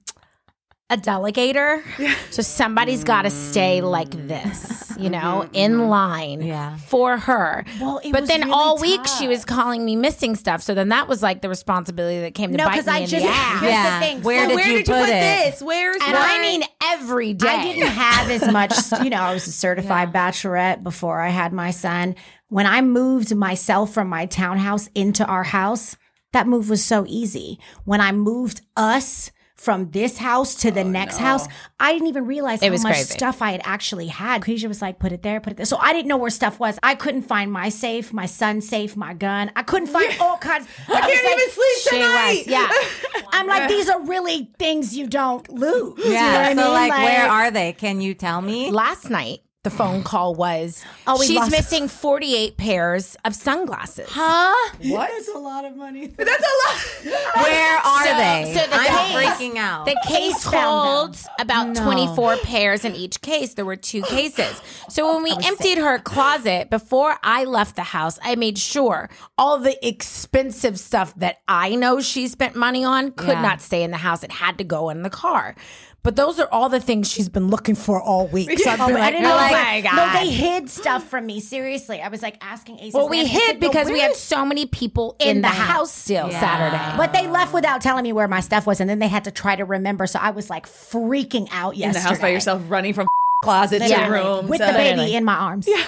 Speaker 2: a delegator. So somebody's got to stay
Speaker 1: Mm.
Speaker 2: like this, you know, in line
Speaker 3: Yeah.
Speaker 2: for her.
Speaker 1: Mm-hmm. Well, it
Speaker 2: but
Speaker 1: was
Speaker 2: then
Speaker 1: really
Speaker 2: all week she
Speaker 1: tough.
Speaker 2: was calling me missing stuff. So then that was like the responsibility that came to
Speaker 1: no,
Speaker 2: bite me
Speaker 1: because I
Speaker 2: in
Speaker 1: just,
Speaker 2: the ass.
Speaker 1: here's
Speaker 3: Yeah.
Speaker 1: the thing.
Speaker 3: Where
Speaker 1: So
Speaker 3: did
Speaker 4: where
Speaker 3: you
Speaker 4: did you
Speaker 3: put
Speaker 4: put
Speaker 3: it?
Speaker 4: this where's
Speaker 2: And I mean every day.
Speaker 1: I didn't have as much, you know, I was a certified bachelorette before I had my son. When I moved myself from my townhouse into our house, that move was so easy. When I moved us from this house to the next house, I didn't even realize how
Speaker 2: was
Speaker 1: much
Speaker 2: crazy.
Speaker 1: stuff I had actually had. Khadija was like, put it there, put it there. So I didn't know where stuff was. I couldn't find my safe, my son's safe, my gun. I couldn't find all kinds. I,
Speaker 4: can't
Speaker 1: was like,
Speaker 4: even sleep
Speaker 2: She
Speaker 4: tonight
Speaker 2: was, yeah.
Speaker 1: I'm like, these are really things you don't lose. You know
Speaker 3: yeah.
Speaker 1: what I
Speaker 3: so
Speaker 1: mean?
Speaker 3: like, where are they? Can you tell me?
Speaker 2: last night the phone call was
Speaker 1: Oh, we
Speaker 2: she's
Speaker 1: lost-
Speaker 2: missing 48 pairs of sunglasses
Speaker 3: Huh?
Speaker 4: what that's a lot of money that's a lot
Speaker 3: Where are
Speaker 2: So-
Speaker 3: they?
Speaker 2: so the
Speaker 3: I'm
Speaker 2: case-
Speaker 3: freaking out.
Speaker 2: the case
Speaker 1: found them.
Speaker 2: holds about 24 pairs in each case there were two cases so
Speaker 1: Oh,
Speaker 2: when we emptied her closet before i left the house i made sure all the expensive stuff that i know she spent money on could
Speaker 3: Yeah.
Speaker 2: not stay in the house it had to go in the car but those are all the things she's been looking for all week so i've been
Speaker 1: Oh, I
Speaker 2: like,
Speaker 1: didn't know.
Speaker 2: oh my
Speaker 1: like,
Speaker 2: god
Speaker 1: No, they hid stuff from me. Seriously, I was like asking Ace.
Speaker 2: Well, we
Speaker 1: Landing, I said,
Speaker 2: hid
Speaker 1: "Yo,
Speaker 2: because we
Speaker 1: where
Speaker 2: had
Speaker 1: is-"
Speaker 2: so many people in, the, house, still
Speaker 3: Yeah.
Speaker 2: Saturday.
Speaker 1: But they left without telling me where my stuff was, and then they had to try to remember. So I was like freaking out yesterday.
Speaker 5: in the house by yourself, running from closet to
Speaker 1: Literally,
Speaker 5: room
Speaker 1: with
Speaker 5: to-
Speaker 1: the baby
Speaker 2: Literally.
Speaker 1: in my arms. Yeah.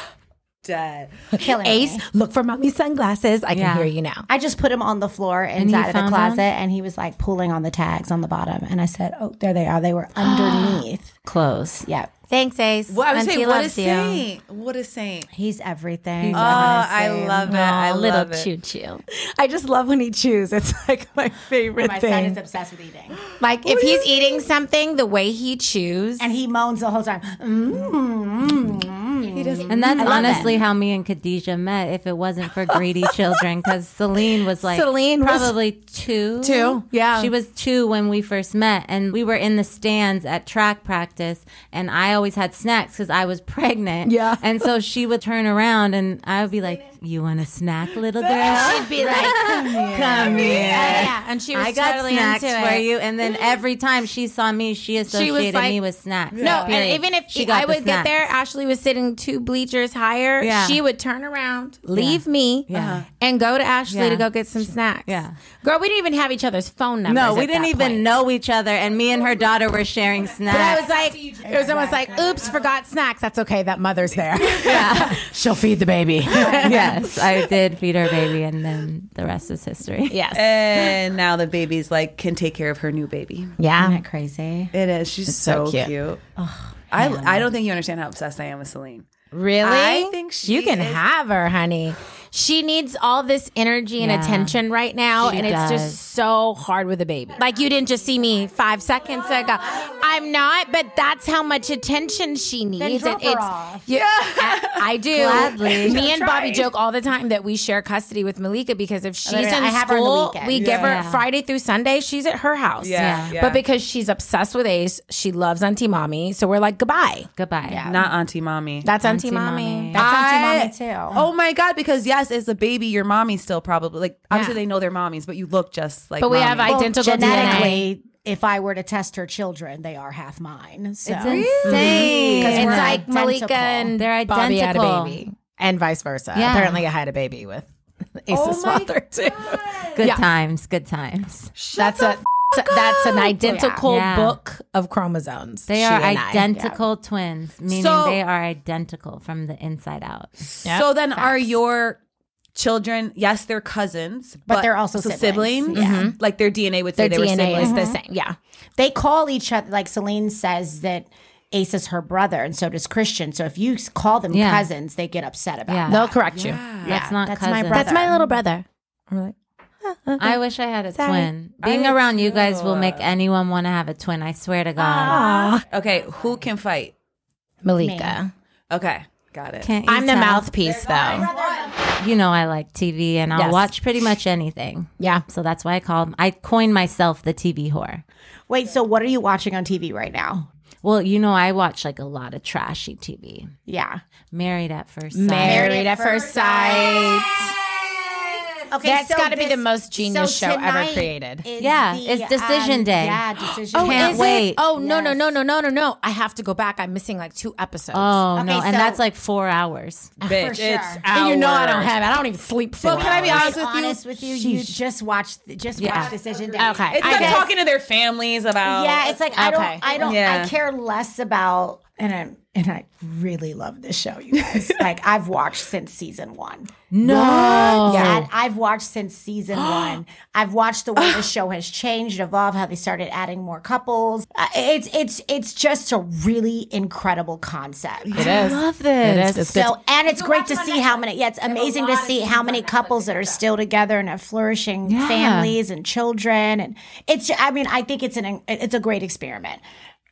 Speaker 4: dead.
Speaker 1: Killing
Speaker 2: Ace,
Speaker 1: me.
Speaker 2: look for mommy sunglasses. I can
Speaker 3: Yeah.
Speaker 2: hear you now.
Speaker 1: I just put him on the floor inside of the
Speaker 3: found
Speaker 1: closet,
Speaker 3: them?
Speaker 1: and he was like pulling on the tags on the bottom. And I said, "Oh, there they are. They were underneath."
Speaker 3: Close.
Speaker 1: Yep,
Speaker 2: Thanks, Ace.
Speaker 5: Well, I was
Speaker 2: Auntie
Speaker 5: saying, what a
Speaker 2: loves you.
Speaker 5: saint. What a saint.
Speaker 1: he's everything.
Speaker 5: Oh, I
Speaker 4: Honestly.
Speaker 5: love it. I
Speaker 2: Aw,
Speaker 5: love
Speaker 2: little
Speaker 5: it.
Speaker 2: choo choo. I just love when he chews. It's like my favorite
Speaker 1: My
Speaker 2: thing.
Speaker 1: son is obsessed with eating,
Speaker 2: Like if he's eating something, the way he chews.
Speaker 1: and he moans the whole time. Mm,
Speaker 5: He doesn't.
Speaker 3: And that's honestly how me and Khadijah met. If it wasn't for greedy children, because Celine was like
Speaker 2: Celine was-
Speaker 3: probably two,
Speaker 2: Two, yeah.
Speaker 3: she was two when we first met, and we were in the stands at track practice, and I always had snacks because I was pregnant,
Speaker 2: Yeah.
Speaker 3: And so she would turn around, and I would be like, "You want a snack, little girl?"
Speaker 2: She'd be like, come here. Come here. Yeah, and she was
Speaker 3: I got
Speaker 2: totally
Speaker 3: snacks
Speaker 2: into
Speaker 3: for
Speaker 2: it.
Speaker 3: you, and then every time she saw me, she associated
Speaker 2: like-
Speaker 3: me with snacks.
Speaker 2: No,
Speaker 3: period.
Speaker 2: and even if
Speaker 3: she got
Speaker 2: I
Speaker 3: the
Speaker 2: would get there,
Speaker 3: snacks.
Speaker 2: Ashley was sitting two bleachers higher.
Speaker 3: Yeah.
Speaker 2: She would turn around, leave me,
Speaker 3: Yeah.
Speaker 2: and go to Ashley
Speaker 3: Yeah.
Speaker 2: to go get some snacks.
Speaker 3: Yeah.
Speaker 2: Girl, we didn't even have each other's phone numbers.
Speaker 3: No, we
Speaker 2: at
Speaker 3: didn't
Speaker 2: that
Speaker 3: even
Speaker 2: point.
Speaker 3: know each other, and me and her daughter were sharing snacks.
Speaker 2: But I was like, it was almost like, oops, forgot snacks. That's okay. That mother's there. She'll feed the baby.
Speaker 3: yes, I did feed her baby, and then the rest is history.
Speaker 2: yes.
Speaker 4: And now the baby's like can take care of her new baby.
Speaker 2: Yeah.
Speaker 1: Isn't that crazy?
Speaker 4: It is. She's
Speaker 2: so
Speaker 4: so,
Speaker 2: cute.
Speaker 4: cute. I I don't think you understand how obsessed I am with Celine.
Speaker 2: Really?
Speaker 4: I think
Speaker 2: you
Speaker 4: she
Speaker 2: can
Speaker 4: is-
Speaker 2: have her, honey. She needs all this energy and
Speaker 3: Yeah.
Speaker 2: attention right now,
Speaker 3: She
Speaker 2: and it's
Speaker 3: does.
Speaker 2: just so hard with a baby. Like you didn't just see me five seconds ago. I'm not, but that's how much attention she needs.
Speaker 1: drop
Speaker 2: and
Speaker 1: her
Speaker 2: it's,
Speaker 1: off.
Speaker 2: Yeah, I, I do.
Speaker 3: Gladly.
Speaker 2: Me and Bobby joke all the time that we share custody with Malika because if she's
Speaker 1: Literally,
Speaker 2: in
Speaker 1: I have her on the
Speaker 2: school,
Speaker 1: weekend.
Speaker 2: we give her
Speaker 3: Yeah.
Speaker 2: Friday through Sunday. She's at her house.
Speaker 3: Yeah.
Speaker 2: But because she's obsessed with Ace, she loves Auntie Mommy. So we're like, goodbye.
Speaker 3: Goodbye.
Speaker 4: not Auntie Mommy.
Speaker 2: That's Auntie,
Speaker 3: Auntie
Speaker 2: mommy.
Speaker 3: Mommy.
Speaker 1: That's Auntie Mommy, too.
Speaker 4: Oh my god! Because yes, as a baby, your mommy's still probably like obviously
Speaker 2: Yeah.
Speaker 4: they know their mommies, but you look just like.
Speaker 2: But we have
Speaker 4: mommy.
Speaker 1: Well,
Speaker 2: identical DNA.
Speaker 1: genetically. If I were to test her children, they are half mine. So
Speaker 3: It's insane.
Speaker 1: 'Cause
Speaker 2: It's
Speaker 1: we're
Speaker 2: like Malika
Speaker 1: identical.
Speaker 2: and
Speaker 3: Mm-hmm. They're
Speaker 2: Bobby had a
Speaker 3: identical.
Speaker 2: baby, and vice versa.
Speaker 3: Yeah.
Speaker 2: Apparently, I had a baby with Ace's father too.
Speaker 3: Good
Speaker 2: Yeah.
Speaker 3: times. Good times.
Speaker 2: that's a that's an identical
Speaker 3: Yeah.
Speaker 2: book of chromosomes.
Speaker 3: They
Speaker 2: she
Speaker 3: are
Speaker 2: and I.
Speaker 3: identical twins, meaning
Speaker 4: So-
Speaker 3: they are identical from the inside out.
Speaker 2: Yep.
Speaker 4: So then, are your children? Yes, they're cousins, but,
Speaker 1: they're also siblings. Yeah.
Speaker 4: Like their DNA would say
Speaker 2: Their
Speaker 4: they were
Speaker 2: DNA
Speaker 4: siblings.
Speaker 2: is the same. Yeah,
Speaker 1: they call each other like Celine says that Ace is her brother, and so does Christian. So if you s- call them
Speaker 3: Yeah.
Speaker 1: cousins, they get upset about.
Speaker 3: Yeah.
Speaker 1: Yeah.
Speaker 2: they'll correct you.
Speaker 3: That's not
Speaker 1: that's my
Speaker 3: cousins.
Speaker 1: brother.
Speaker 2: That's my little brother.
Speaker 3: I wish I had a twin. Being around you guys will make anyone want to have a twin. I swear to God.
Speaker 4: Okay, who can fight?
Speaker 2: Malika.
Speaker 4: Okay, got it.
Speaker 3: Can't you
Speaker 2: I'm the
Speaker 3: tell?
Speaker 2: mouthpiece though.
Speaker 3: You know I like TV and I'll
Speaker 2: Yes.
Speaker 3: watch pretty much anything.
Speaker 2: Yeah.
Speaker 3: So that's why I call I coined myself the TV whore.
Speaker 1: Wait, so what are you watching on TV right now?
Speaker 3: Well, you know I watch like a lot of trashy TV.
Speaker 1: Yeah.
Speaker 3: Married at first sight.
Speaker 2: Married at first sight.
Speaker 1: Okay,
Speaker 2: That's
Speaker 1: so
Speaker 2: got to be
Speaker 1: this-
Speaker 2: the most genius
Speaker 1: so
Speaker 2: show ever
Speaker 1: tonight
Speaker 2: created.
Speaker 1: is
Speaker 3: Yeah,
Speaker 1: the, um,
Speaker 3: it's decision day.
Speaker 1: Yeah, decision
Speaker 2: Oh,
Speaker 1: day.
Speaker 3: Can't
Speaker 2: is
Speaker 3: wait.
Speaker 2: it? Oh no, no, no, no, no, no, no! I have to go back. I'm missing like two episodes.
Speaker 3: Oh
Speaker 1: Okay,
Speaker 3: no, and
Speaker 1: so-
Speaker 3: that's like four hours.
Speaker 4: Bitch,
Speaker 1: sure.
Speaker 4: it's
Speaker 2: and you know I don't
Speaker 4: ours.
Speaker 2: have it. I don't even sleep. For
Speaker 4: Well, can I be
Speaker 1: To be
Speaker 4: honest with you?
Speaker 1: honest with you, you just watched just watched decision day.
Speaker 2: Okay,
Speaker 4: It's
Speaker 2: I
Speaker 4: them
Speaker 2: guess-
Speaker 4: talking to their families about.
Speaker 1: Yeah, it's like I
Speaker 2: Okay.
Speaker 1: don't, I don't,
Speaker 4: Yeah.
Speaker 1: I care less about, and I am and I really love this show, you guys. like I've watched since season one.
Speaker 3: No.
Speaker 1: Yeah, I've watched since season one. I've watched the way the show has changed, evolved, how they started adding more couples. Uh, It's it's it's just a really incredible concept.
Speaker 2: It is.
Speaker 3: Love this.
Speaker 2: It is. It's good.
Speaker 1: So and it's great to see how many. Yeah, it's amazing to see how many couples that are still together and have flourishing families and children. And it's. I mean, I think it's an it's a great experiment.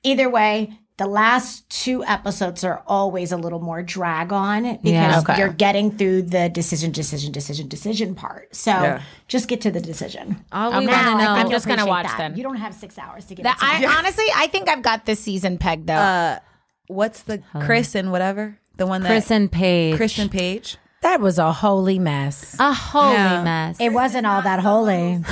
Speaker 1: Either way. The last two episodes are always a little more drag on because
Speaker 3: okay.
Speaker 1: you're getting through the decision, decision, decision, decision part. So just get to the decision.
Speaker 3: All we
Speaker 1: Now
Speaker 3: want to
Speaker 1: I
Speaker 3: know.
Speaker 1: think
Speaker 2: I'm
Speaker 1: you'll
Speaker 2: just gonna
Speaker 1: appreciate
Speaker 2: watch
Speaker 1: that.
Speaker 2: then.
Speaker 1: You don't have six hours to get
Speaker 2: That-
Speaker 1: it.
Speaker 2: I honestly, I think I've got this season pegged though.
Speaker 5: Uh,
Speaker 4: What's the Chris and whatever the one that
Speaker 3: Chris and Paige.
Speaker 4: Chris and Paige.
Speaker 2: that was a holy mess.
Speaker 3: a holy
Speaker 4: Yeah.
Speaker 3: mess.
Speaker 1: it wasn't all that holy.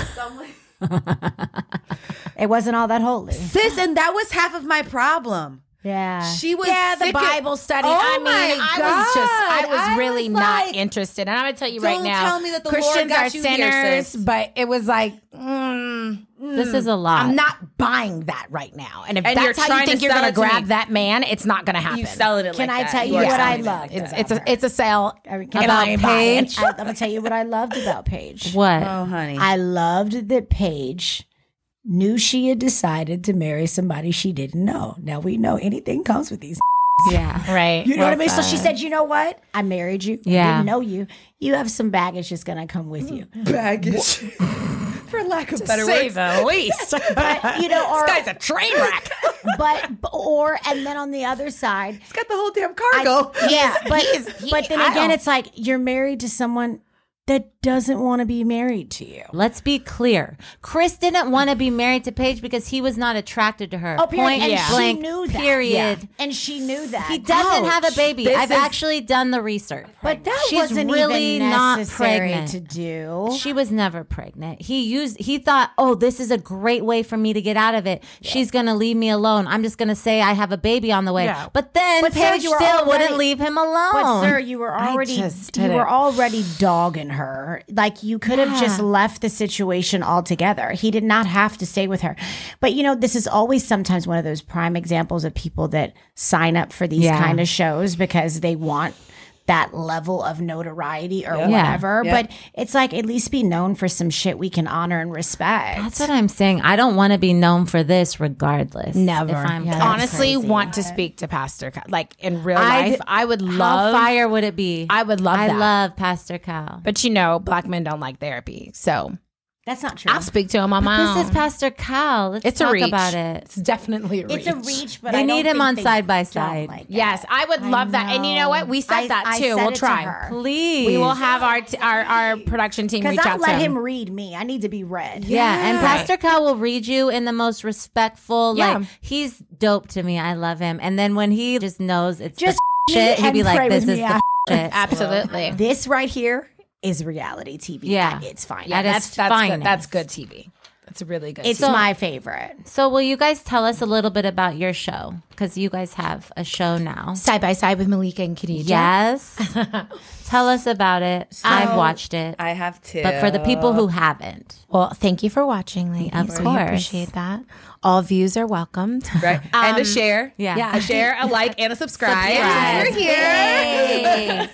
Speaker 1: it wasn't all that holy.
Speaker 4: Sis, and that was half of my problem.
Speaker 1: Yeah.
Speaker 5: She was
Speaker 2: Yeah, Uh, the
Speaker 5: sick of-
Speaker 2: Bible study.
Speaker 5: Oh
Speaker 2: I mean,
Speaker 5: my
Speaker 2: I was just, I
Speaker 5: God.
Speaker 2: was
Speaker 5: I
Speaker 2: really
Speaker 5: was
Speaker 2: not
Speaker 5: like,
Speaker 2: interested. And I'm gonna tell you right
Speaker 5: "Don't
Speaker 2: now,
Speaker 5: tell me that the Lord
Speaker 2: Christians
Speaker 5: got
Speaker 2: are
Speaker 5: you here,
Speaker 2: sinners,
Speaker 5: sis.
Speaker 2: but it was like, mm,
Speaker 3: This is a lot.
Speaker 2: I'm not buying that right now. And if
Speaker 5: Uh, And you're
Speaker 2: that's how
Speaker 5: trying
Speaker 2: you
Speaker 5: to
Speaker 2: think you're
Speaker 5: sell
Speaker 2: gonna
Speaker 5: it to
Speaker 2: grab
Speaker 5: me.
Speaker 2: that man, it's not gonna happen.
Speaker 5: You selling it
Speaker 1: Can
Speaker 5: like
Speaker 1: I
Speaker 5: that.
Speaker 1: tell you
Speaker 5: are
Speaker 1: what I
Speaker 5: selling it.
Speaker 1: loved?
Speaker 2: It's, it's a it's a sale.
Speaker 1: About
Speaker 2: I ain't buying it.
Speaker 1: I, I'm gonna tell you what I loved about Paige.
Speaker 3: what?
Speaker 4: Oh, honey.
Speaker 1: I loved that Paige knew she had decided to marry somebody she didn't know. Now we know anything comes with these.
Speaker 3: yeah.
Speaker 2: Right.
Speaker 1: You know what I mean? So
Speaker 2: Well
Speaker 1: she said, "You know what? I married you. I
Speaker 3: Yeah.
Speaker 1: didn't know you. You have some baggage that's gonna come with you.
Speaker 2: Mm-hmm.
Speaker 4: baggage. For lack of better
Speaker 2: Say
Speaker 4: words.
Speaker 2: the least.
Speaker 1: But you know, or
Speaker 2: Guy's a train wreck.
Speaker 1: but or and then on the other side,
Speaker 4: It's got the whole damn
Speaker 1: I-
Speaker 4: cargo.
Speaker 1: yeah. But
Speaker 2: he-
Speaker 1: but then
Speaker 2: I
Speaker 1: again,
Speaker 2: don't-
Speaker 1: it's like you're married to someone that doesn't want to be married to you.
Speaker 3: Let's be clear. Chris didn't want to be married to Paige because he was not attracted to her.
Speaker 1: Oh, period.
Speaker 3: Point
Speaker 1: and
Speaker 2: Yeah.
Speaker 1: she
Speaker 3: blank.
Speaker 1: knew that.
Speaker 3: Period.
Speaker 1: Yeah. And she knew that.
Speaker 3: He doesn't have a
Speaker 1: Ouch.
Speaker 3: baby.
Speaker 5: This
Speaker 3: I've
Speaker 5: is-
Speaker 3: actually done the research.
Speaker 1: But that
Speaker 3: She's
Speaker 1: wasn't
Speaker 3: really
Speaker 1: even
Speaker 3: not
Speaker 1: necessary
Speaker 3: pregnant.
Speaker 1: to do.
Speaker 3: She was never pregnant. He used he thought, "Oh, this is a great way for me to get out of it. She's going to leave me alone. I'm just going to say I have a baby on the way."
Speaker 2: Yeah.
Speaker 3: But then
Speaker 1: But, sir,
Speaker 3: Paige
Speaker 1: you were
Speaker 3: still
Speaker 1: already-
Speaker 3: wouldn't leave him alone.
Speaker 1: But sir, you were
Speaker 2: I
Speaker 1: already
Speaker 2: just
Speaker 1: you
Speaker 2: didn't.
Speaker 1: were already dogging her. Like you could have just left the situation altogether. He did not have to stay with her. But you know, this is always sometimes one of those prime examples of people that sign up for these
Speaker 3: Yeah.
Speaker 1: kind of shows because they want that level of notoriety or
Speaker 3: Yeah.
Speaker 1: whatever. But it's like at least be known for some shit we can honor and respect.
Speaker 3: That's what I'm saying. I don't want to be known for this regardless.
Speaker 2: Never.
Speaker 3: If I'm
Speaker 2: Yeah,
Speaker 3: Chris.
Speaker 2: honestly want to speak to Pastor Cal. Like in real
Speaker 3: I'd-
Speaker 2: life, I would
Speaker 3: How
Speaker 2: love
Speaker 3: fire would it be?
Speaker 2: I would love
Speaker 3: I
Speaker 2: that.
Speaker 3: love Pastor Cal.
Speaker 2: But you know, black men don't like therapy. So
Speaker 1: That's not true.
Speaker 2: I'll speak to him on my own.
Speaker 3: This is Pastor Cal. Let's
Speaker 2: it's
Speaker 3: talk
Speaker 2: a reach.
Speaker 3: about it.
Speaker 2: It's definitely a reach.
Speaker 1: it's a reach, but
Speaker 3: They
Speaker 1: I don't
Speaker 3: need him
Speaker 1: think
Speaker 3: on
Speaker 1: they
Speaker 3: side by
Speaker 1: don't
Speaker 3: side.
Speaker 1: like that.
Speaker 2: Yes, I would love that. And you know what? We said
Speaker 1: I-
Speaker 2: that
Speaker 1: I
Speaker 2: too.
Speaker 1: said
Speaker 2: we'll
Speaker 1: it to
Speaker 2: try.
Speaker 1: her.
Speaker 3: Please.
Speaker 2: We will have our t- our, our production team
Speaker 1: Because
Speaker 2: reach
Speaker 1: I
Speaker 2: out
Speaker 1: let
Speaker 2: to
Speaker 1: him read me. I need to be read.
Speaker 3: Yeah, and Pastor Cal will read you in the most respectful.
Speaker 2: Yeah.
Speaker 3: Like he's dope to me. I love him. And then when he just knows it's
Speaker 1: Just
Speaker 3: just shit, he'd
Speaker 1: and
Speaker 3: be
Speaker 1: pray
Speaker 3: like, "This
Speaker 1: with
Speaker 3: is
Speaker 1: me
Speaker 3: the shit."
Speaker 2: Absolutely.
Speaker 1: This right here is reality TV.
Speaker 3: Yeah.
Speaker 1: At its finest.
Speaker 3: At its
Speaker 2: That's that's good.
Speaker 3: finest.
Speaker 2: That's good TV. That's really good.
Speaker 1: it's
Speaker 2: TV.
Speaker 1: my favorite.
Speaker 3: So, will you guys tell us a little bit about your show? Because you guys have a show now.
Speaker 2: side by side with Malika and Khadija.
Speaker 3: Yes. tell us about it. I've watched it,
Speaker 4: I have to.
Speaker 3: but for the people who haven't,
Speaker 2: Well, thank you for watching, ladies.
Speaker 3: of
Speaker 2: We
Speaker 3: course.
Speaker 2: appreciate that. All views are welcomed.
Speaker 4: Right? and a share.
Speaker 3: yeah,
Speaker 2: Yeah.
Speaker 4: A share, a like, and a Um, subscribe.
Speaker 3: Subscribe.
Speaker 4: Since You're here.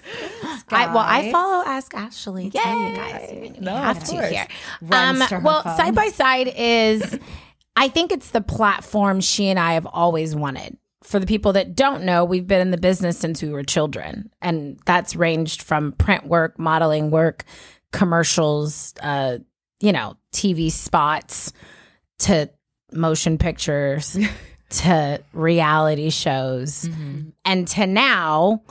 Speaker 2: I, well, I follow Ask Ashley. Yay. you guys, you really have to here. Um, well, side by side is, I think it's the platform she and I have always wanted. For the people that don't know, we've been in the business since we were children, and that's ranged from print work, modeling work, commercials, uh, you know, TV spots, to motion pictures, to reality shows, and to now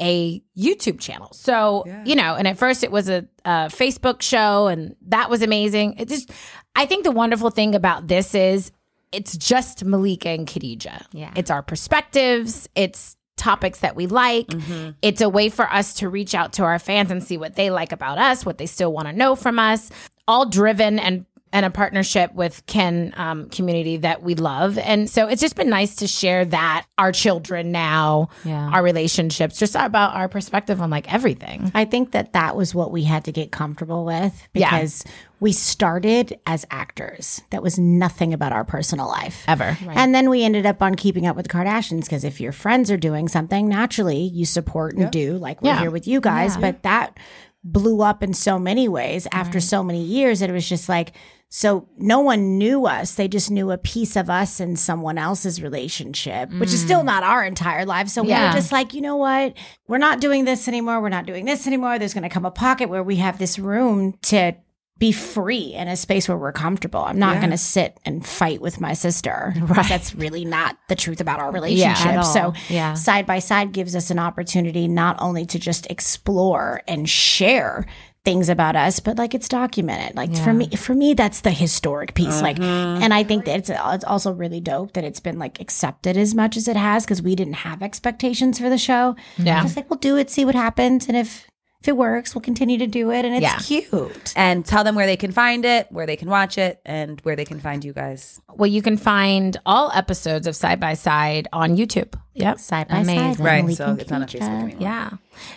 Speaker 2: a YouTube channel. So, you know, and at first it was a, a Facebook show and that was amazing. It just, I think the wonderful thing about this is it's just Malika and Khadija.
Speaker 3: Yeah.
Speaker 2: It's our perspectives. It's topics that we like.
Speaker 3: Mm-hmm.
Speaker 2: It's a way for us to reach out to our fans and see what they like about us, what they still want to know from us, all driven and and a partnership with Ken um, community that we love. And so it's just been nice to share that our children now,
Speaker 3: Yeah.
Speaker 2: our relationships, just about our perspective on like everything.
Speaker 1: I think that that was what we had to get comfortable with
Speaker 2: Yeah.
Speaker 1: because we started as actors. That was nothing about our personal life
Speaker 2: Ever.
Speaker 1: And then we ended up on keeping up with the Kardashians because if your friends are doing something, naturally you support and do, like we're
Speaker 2: Yeah.
Speaker 1: here with you guys. But that blew up in so many ways after so many years that it was just like, so no one knew us. They just knew a piece of us in someone else's relationship, which is still not our entire life. So we
Speaker 2: Mm. Yeah.
Speaker 1: were just like, you know what? We're not doing this anymore. We're not doing this anymore. There's going to come a pocket where we have this room to be free in a space where we're comfortable. I'm not going to sit and fight with my sister. Right. That's really not the truth about our relationship.
Speaker 3: at all.
Speaker 1: so,
Speaker 3: Yeah.
Speaker 1: side by side gives us an opportunity not only to just explore and share things about us, but like it's documented. Like for me, for me, that's the historic piece. Like, and I think that it's, it's also really dope that it's been like accepted as much as it has because we didn't have expectations for the show.
Speaker 2: Yeah.
Speaker 1: Just like we'll do it, see what happens, and if If it works, we'll continue to do it, and it's
Speaker 2: Yeah.
Speaker 1: cute.
Speaker 4: and tell them where they can find it, where they can watch it, and where they can find you guys.
Speaker 2: Well, you can find all episodes of Side by Side on YouTube. Yep.
Speaker 1: Side by
Speaker 3: Amazing.
Speaker 1: side,
Speaker 4: Right.
Speaker 1: Emily
Speaker 4: So
Speaker 1: can
Speaker 4: it's not on
Speaker 1: teach
Speaker 4: Facebook
Speaker 1: us.
Speaker 4: anymore.
Speaker 2: Yeah.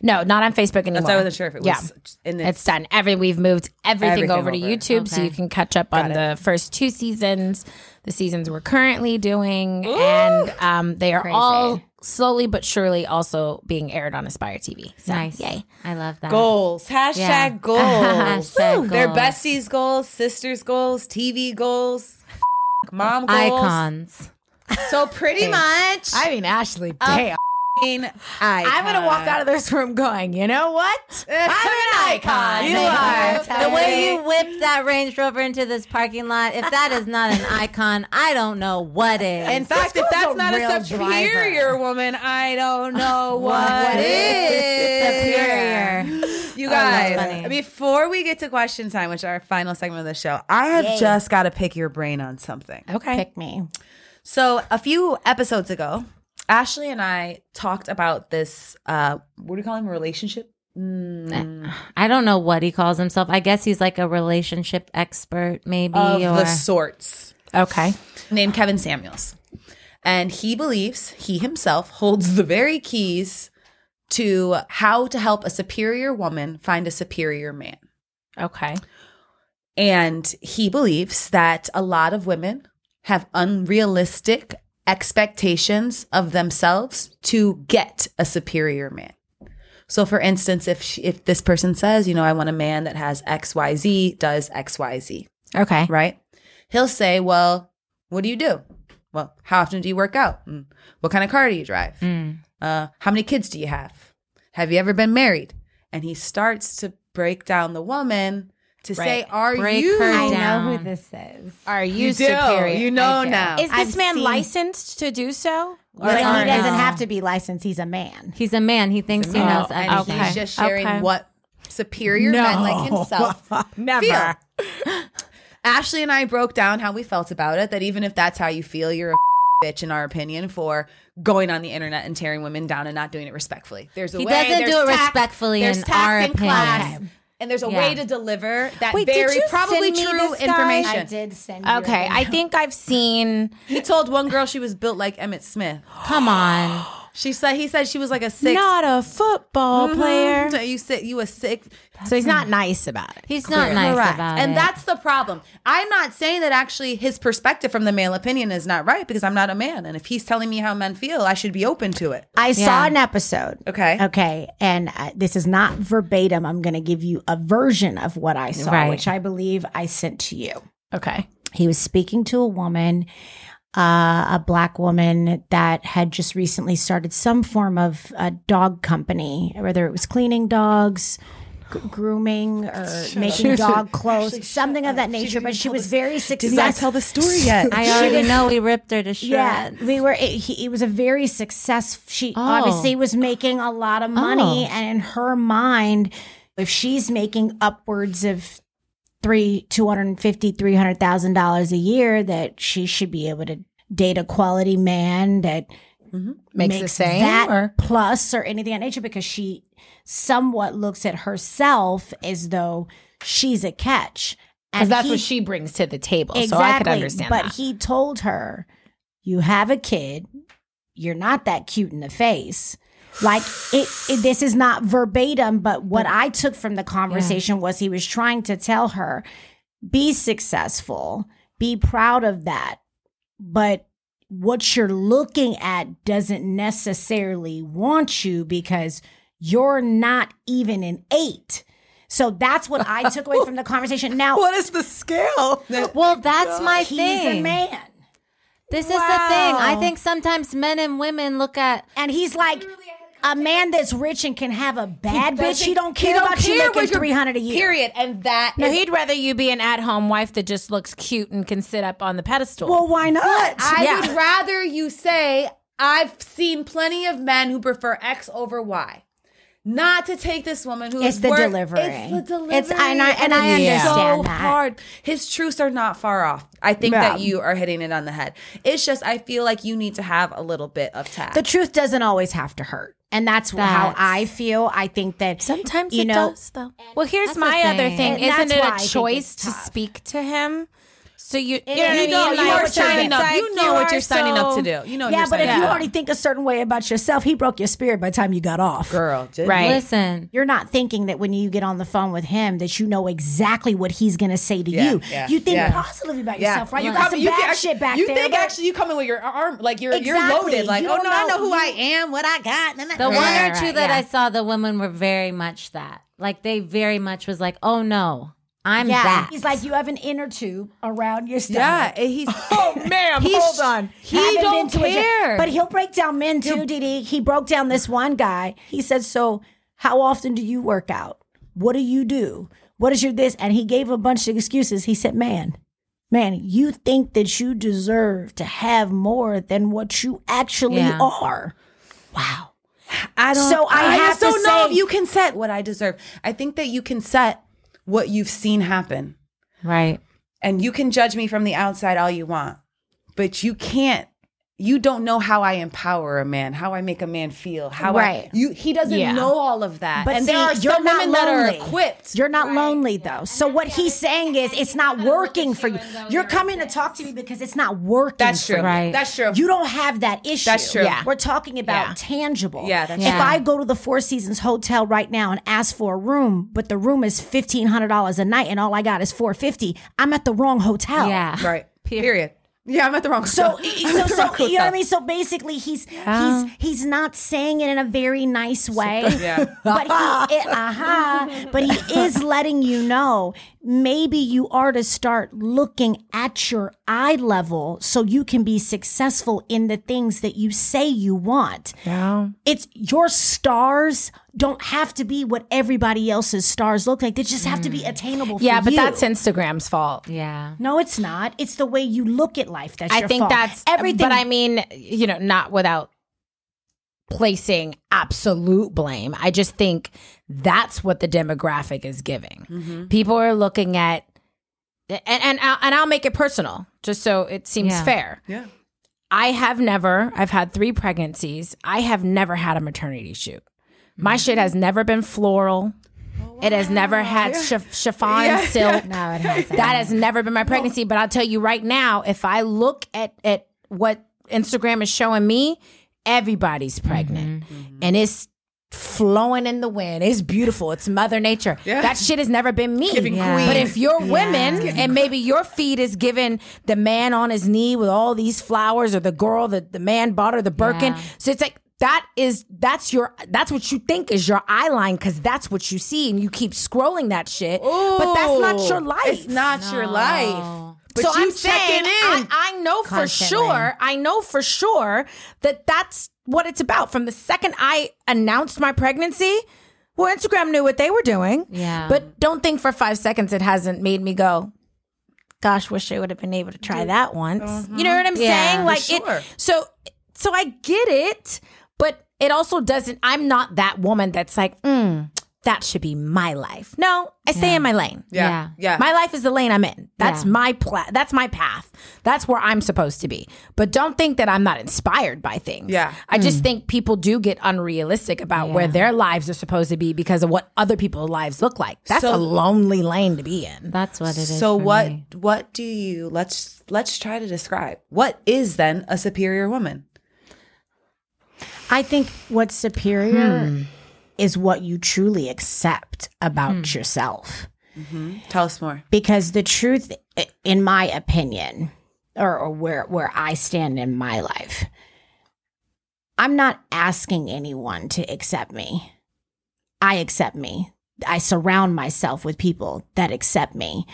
Speaker 2: No, not on Facebook anymore.
Speaker 4: So I wasn't sure if it was
Speaker 2: Yeah.
Speaker 4: in the
Speaker 2: It's done. Every we've moved everything,
Speaker 4: Everything
Speaker 2: over, to
Speaker 4: over.
Speaker 2: YouTube, so you can catch up on the first two seasons, the seasons we're currently doing, and um, they are all slowly but surely also being aired on Aspire TV. So,
Speaker 3: Nice.
Speaker 2: Yay.
Speaker 3: I love that.
Speaker 5: Goals. Hashtag
Speaker 3: Yeah.
Speaker 5: goals.
Speaker 3: Hashtag
Speaker 5: Woo. They're
Speaker 3: goals.
Speaker 5: besties goals, sisters goals, TV goals, mom goals.
Speaker 3: Icons.
Speaker 5: So pretty much.
Speaker 2: I mean, Ashley, damn.
Speaker 5: mean,
Speaker 2: Um, I'm going to walk out of this room going, you know what? I'm an icon.
Speaker 5: You
Speaker 2: Thank
Speaker 3: The
Speaker 5: are.
Speaker 3: way you whipped that Range Rover into this parking lot, if that is not an icon, I don't know what is.
Speaker 5: In fact, if that's not a superior woman, I don't know what is.
Speaker 3: Superior. Oh,
Speaker 5: You
Speaker 3: that's
Speaker 5: guys,
Speaker 3: funny.
Speaker 5: before we get to question time, which is our final segment of the show, I have just got to pick your brain on something.
Speaker 2: Okay.
Speaker 1: Pick me.
Speaker 5: So a few episodes ago, Ashley and I talked about this. Uh, what do you call him? Relationship?
Speaker 3: I don't know what he calls himself. I guess he's like a relationship expert, maybe.
Speaker 5: of
Speaker 3: or
Speaker 5: the sorts
Speaker 2: Okay.
Speaker 5: named Kevin Samuels. And he believes he himself holds the very keys to how to help a superior woman find a superior man.
Speaker 2: Okay.
Speaker 5: And he believes that a lot of women have unrealistic expectations of themselves to get a superior man. So for instance, if she, if this person says, you know, I want a man that has XYZ, does XYZ.
Speaker 2: Okay.
Speaker 5: right? He'll say, Well, what do you do? Well, how often do you work out? Mm. What kind of car do you drive? Uh, how many kids do you have? Have you ever been married? And he starts to break down the woman to say, Are
Speaker 3: Break
Speaker 5: you?
Speaker 3: her
Speaker 7: I
Speaker 3: down.
Speaker 7: know who this is.
Speaker 2: Are you,
Speaker 5: You do.
Speaker 2: superior?
Speaker 5: You know
Speaker 7: I do.
Speaker 5: now.
Speaker 2: Is this
Speaker 1: I've
Speaker 2: man
Speaker 1: seen-
Speaker 2: licensed to do so?
Speaker 1: But he
Speaker 3: sorry.
Speaker 1: doesn't
Speaker 3: No.
Speaker 1: have to be licensed. He's a man.
Speaker 3: He's a man. He thinks he knows
Speaker 5: and
Speaker 3: everything.
Speaker 5: he's just sharing
Speaker 2: Okay.
Speaker 5: what superior men like himself
Speaker 2: Never.
Speaker 5: feel. Ashley and I broke down how we felt about it. That even if that's how you feel, you're a bitch in our opinion for going on the internet and tearing women down and not doing it respectfully. There's a
Speaker 3: He
Speaker 5: way.
Speaker 3: doesn't
Speaker 5: there's
Speaker 3: do it
Speaker 5: tact,
Speaker 3: respectfully
Speaker 5: There's
Speaker 3: in
Speaker 5: tact
Speaker 3: our
Speaker 5: and
Speaker 3: opinion.
Speaker 5: class, and there's a
Speaker 3: Yeah.
Speaker 5: way to deliver that
Speaker 2: Wait, did
Speaker 5: very
Speaker 2: you
Speaker 5: probably
Speaker 2: send me
Speaker 5: true
Speaker 2: this
Speaker 1: I
Speaker 2: guy?
Speaker 5: information.
Speaker 1: did send. you
Speaker 2: Okay,
Speaker 1: a
Speaker 2: I think I've seen.
Speaker 5: He told one girl she was built like Emmett Smith.
Speaker 3: Come on.
Speaker 5: She said he said she was like a six.
Speaker 2: Not a football player.
Speaker 5: So You sit. You a six.
Speaker 2: So he's not nice about it.
Speaker 3: He's not nice about
Speaker 5: and
Speaker 3: it.
Speaker 5: that's the problem. I'm not saying that actually his perspective from the male opinion is not right because I'm not a man. And if he's telling me how men feel, I should be open to it.
Speaker 1: I saw
Speaker 3: Yeah.
Speaker 1: an episode.
Speaker 5: Okay.
Speaker 1: Okay. And uh, this is not verbatim. I'm going to give you a version of what I saw,
Speaker 3: Right.
Speaker 1: which I believe I sent to you.
Speaker 2: Okay.
Speaker 1: He was speaking to a woman, uh, a black woman that had just recently started some form of uh, dog company, whether it was cleaning dogs. g- Grooming or making dog clothes, something of that nature, but she was very successful.
Speaker 5: the story yet.
Speaker 3: I already know we ripped her to shreds.
Speaker 1: Yeah, we were. It, he, it was a very successful. She
Speaker 3: Oh.
Speaker 1: obviously was making a lot of money,
Speaker 3: Oh.
Speaker 1: and in her mind, if she's making upwards of three two hundred and fifty, three hundred thousand dollars a year, that she should be able to date a quality man that
Speaker 2: Makes, the same.
Speaker 1: that
Speaker 2: or-
Speaker 1: plus or anything of that nature because she somewhat looks at herself as though she's a catch.
Speaker 2: Because that's
Speaker 1: he-
Speaker 2: what she brings to the table. So I could understand
Speaker 1: but
Speaker 2: that.
Speaker 1: he told her, "You have a kid. You're not that cute in the face." Like it, it- this is not verbatim, but what I took from the conversation was he was trying to tell her, "Be successful. Be proud of that." But what you're looking at doesn't necessarily want you because you're not even an eight. So that's what I took away from the conversation. Now,
Speaker 5: what is the scale?
Speaker 3: Well, that's my
Speaker 1: he's
Speaker 3: thing.
Speaker 1: a man.
Speaker 3: This is the thing. I think sometimes men and women look at
Speaker 1: And he's like, a man that's rich and can have a bad bitch, he don't care about you
Speaker 5: what
Speaker 1: making
Speaker 5: your-
Speaker 1: three hundred a year.
Speaker 5: Period. And that
Speaker 2: no,
Speaker 5: is-
Speaker 2: he'd rather you be an at home wife that just looks cute and can sit up on the pedestal.
Speaker 1: Well, why not?
Speaker 5: I
Speaker 2: Yeah.
Speaker 5: would rather you say, I've seen plenty of men who prefer X over Y. Not to take this woman who
Speaker 1: It's
Speaker 5: is
Speaker 1: the
Speaker 5: worth-
Speaker 1: delivery.
Speaker 5: It's the delivery.
Speaker 1: It's- and I- and I
Speaker 5: it's
Speaker 1: understand
Speaker 5: so
Speaker 1: that.
Speaker 5: hard. His truths are not far off. I think that you are hitting it on the head. It's just I feel like you need to have a little bit of tact.
Speaker 1: the truth doesn't always have to hurt. And that's, how
Speaker 3: That's-
Speaker 1: I feel. I think that
Speaker 2: Sometimes
Speaker 1: you
Speaker 2: it
Speaker 1: know,
Speaker 2: does, though. Well, here's
Speaker 3: That's
Speaker 2: my
Speaker 3: the
Speaker 2: other
Speaker 3: thing.
Speaker 2: thing.
Speaker 1: And
Speaker 2: Isn't
Speaker 1: that's why I
Speaker 2: it a
Speaker 1: think
Speaker 2: choice
Speaker 1: it's
Speaker 2: to
Speaker 1: tough.
Speaker 2: speak to him? So you, you know,
Speaker 1: is.
Speaker 2: what I
Speaker 1: You know,
Speaker 2: mean?
Speaker 1: you are
Speaker 2: it's
Speaker 1: signing
Speaker 2: like,
Speaker 1: up.
Speaker 2: you
Speaker 4: what
Speaker 2: are
Speaker 4: you're signing up
Speaker 2: so-
Speaker 4: to do. You know what
Speaker 1: yeah,
Speaker 4: you're
Speaker 1: but if
Speaker 4: signing
Speaker 1: you
Speaker 4: up.
Speaker 1: already think a certain way about yourself, he broke your spirit by the time you got off.
Speaker 4: girl, just-
Speaker 2: Right.
Speaker 3: Listen,
Speaker 1: You're not thinking that when you get on the phone with him that you know exactly what he's going to say to you.
Speaker 4: yeah,
Speaker 1: you think
Speaker 4: yeah.
Speaker 1: positively about
Speaker 4: Yeah.
Speaker 1: yourself, right? You
Speaker 3: Look,
Speaker 1: got
Speaker 5: I
Speaker 1: some
Speaker 5: mean, you
Speaker 1: bad
Speaker 5: think
Speaker 1: shit
Speaker 5: actually-
Speaker 1: back
Speaker 5: you
Speaker 1: there.
Speaker 5: think
Speaker 1: but-
Speaker 5: actually you come in with your arm like you're you're
Speaker 1: Exactly.
Speaker 5: loaded. Like
Speaker 1: You
Speaker 5: oh
Speaker 1: don't
Speaker 5: no, I know
Speaker 1: know-
Speaker 5: who
Speaker 1: you-
Speaker 5: I am, what I got. Nah, nah,
Speaker 3: the
Speaker 5: nah.
Speaker 3: one
Speaker 1: Right,
Speaker 3: or
Speaker 1: right,
Speaker 3: two that
Speaker 1: yeah.
Speaker 3: I saw, the women were very much that. Like they very much was like, oh no, I'm that.
Speaker 1: He's like, you have an inner tube around your stomach.
Speaker 4: Yeah, and he's
Speaker 2: Oh, ma'am, hold on.
Speaker 1: Haven't
Speaker 3: he
Speaker 1: been
Speaker 3: don't
Speaker 1: to a gym.
Speaker 3: care.
Speaker 1: but he'll break down men too, DD. He broke down this one guy. He said, So, how often do you work out? What do you do? What is your this? And he gave a bunch of excuses. He said, Man, man, you think that you deserve to have more than what you actually
Speaker 3: Yeah.
Speaker 1: are. Wow.
Speaker 4: I don't.
Speaker 1: So I have
Speaker 4: just
Speaker 1: to
Speaker 4: don't know
Speaker 1: say-
Speaker 4: if you can set what I deserve. I think that you can set what you've seen happen,
Speaker 3: right.
Speaker 4: and you can judge me from the outside all you want, but you can't. You don't know how I empower a man, how I make a man feel, how
Speaker 1: Right.
Speaker 4: I you. He doesn't
Speaker 2: Yeah.
Speaker 4: know all of that,
Speaker 1: But
Speaker 4: and there
Speaker 1: see,
Speaker 4: are
Speaker 1: you're
Speaker 4: some
Speaker 1: not
Speaker 4: women that are
Speaker 1: lonely.
Speaker 4: equipped.
Speaker 1: You're not lonely though. So what he's saying is it's not working for you. You're coming to talk to me because it's not working.
Speaker 4: That's
Speaker 1: for
Speaker 4: true.
Speaker 1: you.
Speaker 3: Right.
Speaker 4: That's true.
Speaker 1: You don't have that issue.
Speaker 4: That's true. Yeah.
Speaker 1: We're talking about tangible.
Speaker 4: Yeah, that's
Speaker 1: If
Speaker 3: true.
Speaker 1: I go to the Four Seasons Hotel right now and ask for a room, but the room is fifteen hundred dollars a night and all I got is four fifty, I'm at the wrong hotel.
Speaker 3: Yeah.
Speaker 4: right. Period. Yeah, I'm at the wrong.
Speaker 1: So,
Speaker 4: hotel. I'm
Speaker 1: so,
Speaker 4: at the wrong
Speaker 1: so you know what I
Speaker 4: hotel.
Speaker 1: mean. So basically, he's he's he's not saying it in a very nice way. But he, it, uh-huh, but he is letting you know maybe you are to start looking at your eye level so you can be successful in the things that you say you want.
Speaker 2: Yeah.
Speaker 1: It's your stars don't have to be what everybody else's stars look like. They just have to be attainable.
Speaker 2: Mm. Yeah,
Speaker 1: for
Speaker 2: but
Speaker 1: you.
Speaker 2: that's Instagram's fault.
Speaker 3: Yeah.
Speaker 1: No, it's not. It's the way you look at life. That's
Speaker 2: I
Speaker 1: your
Speaker 2: think
Speaker 1: fault.
Speaker 2: that's
Speaker 1: everything.
Speaker 2: But I mean, you know, not without placing absolute blame. I just think that's what the demographic is giving.
Speaker 1: Mm-hmm.
Speaker 2: People are looking at, and and I'll, and I'll make it personal, just so it seems
Speaker 3: Yeah.
Speaker 2: fair.
Speaker 4: Yeah.
Speaker 2: I have never. I've had three pregnancies. I have never had a maternity shoot. My shit has never been floral.
Speaker 1: Oh,
Speaker 2: It has never had chi- chiffon silk.
Speaker 1: no, it hasn't.
Speaker 2: That has never been my pregnancy, but I'll tell you right now, if I look at at what Instagram is showing me, everybody's pregnant. Mm-hmm. And it's flowing in the wind. It's beautiful. It's mother nature. That shit has never been me.
Speaker 3: Yeah.
Speaker 2: But if you're women and maybe your feed is given the man on his knee with all these flowers or the girl that the man bought her the Birkin.
Speaker 3: Yeah.
Speaker 2: So it's like that is that's your that's what you think is your eye line because that's what you see and you keep scrolling that shit. But that's not your
Speaker 4: Ooh,
Speaker 2: life.
Speaker 4: It's not your life. But
Speaker 2: so
Speaker 4: you
Speaker 2: I'm saying
Speaker 4: checking in.
Speaker 2: I, I know for
Speaker 3: Constantly.
Speaker 2: sure. I know for sure that that's what it's about. From the second I announced my pregnancy, well, Instagram knew what they were doing.
Speaker 3: Yeah.
Speaker 2: But don't think for five seconds it hasn't made me go, gosh, wish I would have been able to try that once. You know what I'm
Speaker 3: Yeah.
Speaker 2: saying? Like
Speaker 4: Mm-hmm. sure.
Speaker 2: it so so I get it, but it also doesn't I'm not that woman that's like, mm, that should be my life. No, I stay in my lane.
Speaker 4: yeah. Yeah.
Speaker 2: My life is the lane I'm in. That's
Speaker 3: Yeah.
Speaker 2: my pla- that's my path. That's where I'm supposed to be. But don't think that I'm not inspired by things.
Speaker 4: Yeah.
Speaker 2: I just think people do get unrealistic about where their lives are supposed to be because of what other people's lives look like. That's
Speaker 4: So-
Speaker 2: a lonely lane to be in.
Speaker 3: That's what it is.
Speaker 4: so
Speaker 3: for
Speaker 4: what
Speaker 3: me.
Speaker 4: what do you let's let's try to describe what is then a superior woman
Speaker 1: I think what's superior
Speaker 5: Hmm.
Speaker 1: is what you truly accept about
Speaker 5: Hmm.
Speaker 1: yourself.
Speaker 5: Mm-hmm.
Speaker 4: tell us more
Speaker 1: Because the truth, i- in my opinion, or, or where where I stand in my life, I'm not asking anyone to accept me. I accept me. I surround myself with people that accept me.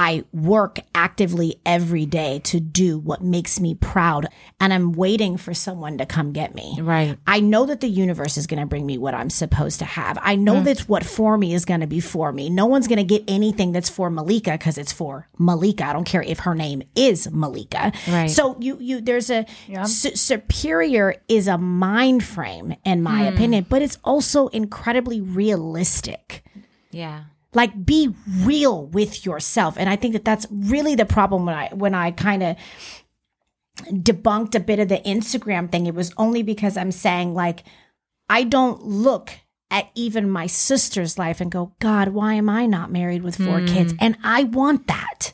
Speaker 1: I work actively every day to do what makes me proud, and I'm waiting for someone to come get me.
Speaker 3: Right.
Speaker 1: I know that the universe is going to bring me what I'm supposed to have. I know that what for me is going to be for me. No one's going to get anything that's for Malika because it's for Malika. I don't care if her name is Malika.
Speaker 3: Right.
Speaker 1: So you you there's a su- superior is a mind frame in my opinion, but it's also incredibly realistic
Speaker 3: Yeah.
Speaker 1: like be real with yourself and i think that that's really the problem when i when i kind of debunked a bit of the instagram thing it was only because i'm saying like I don't look at even my sister's life and go, God, why am I not married with four kids? And I want that.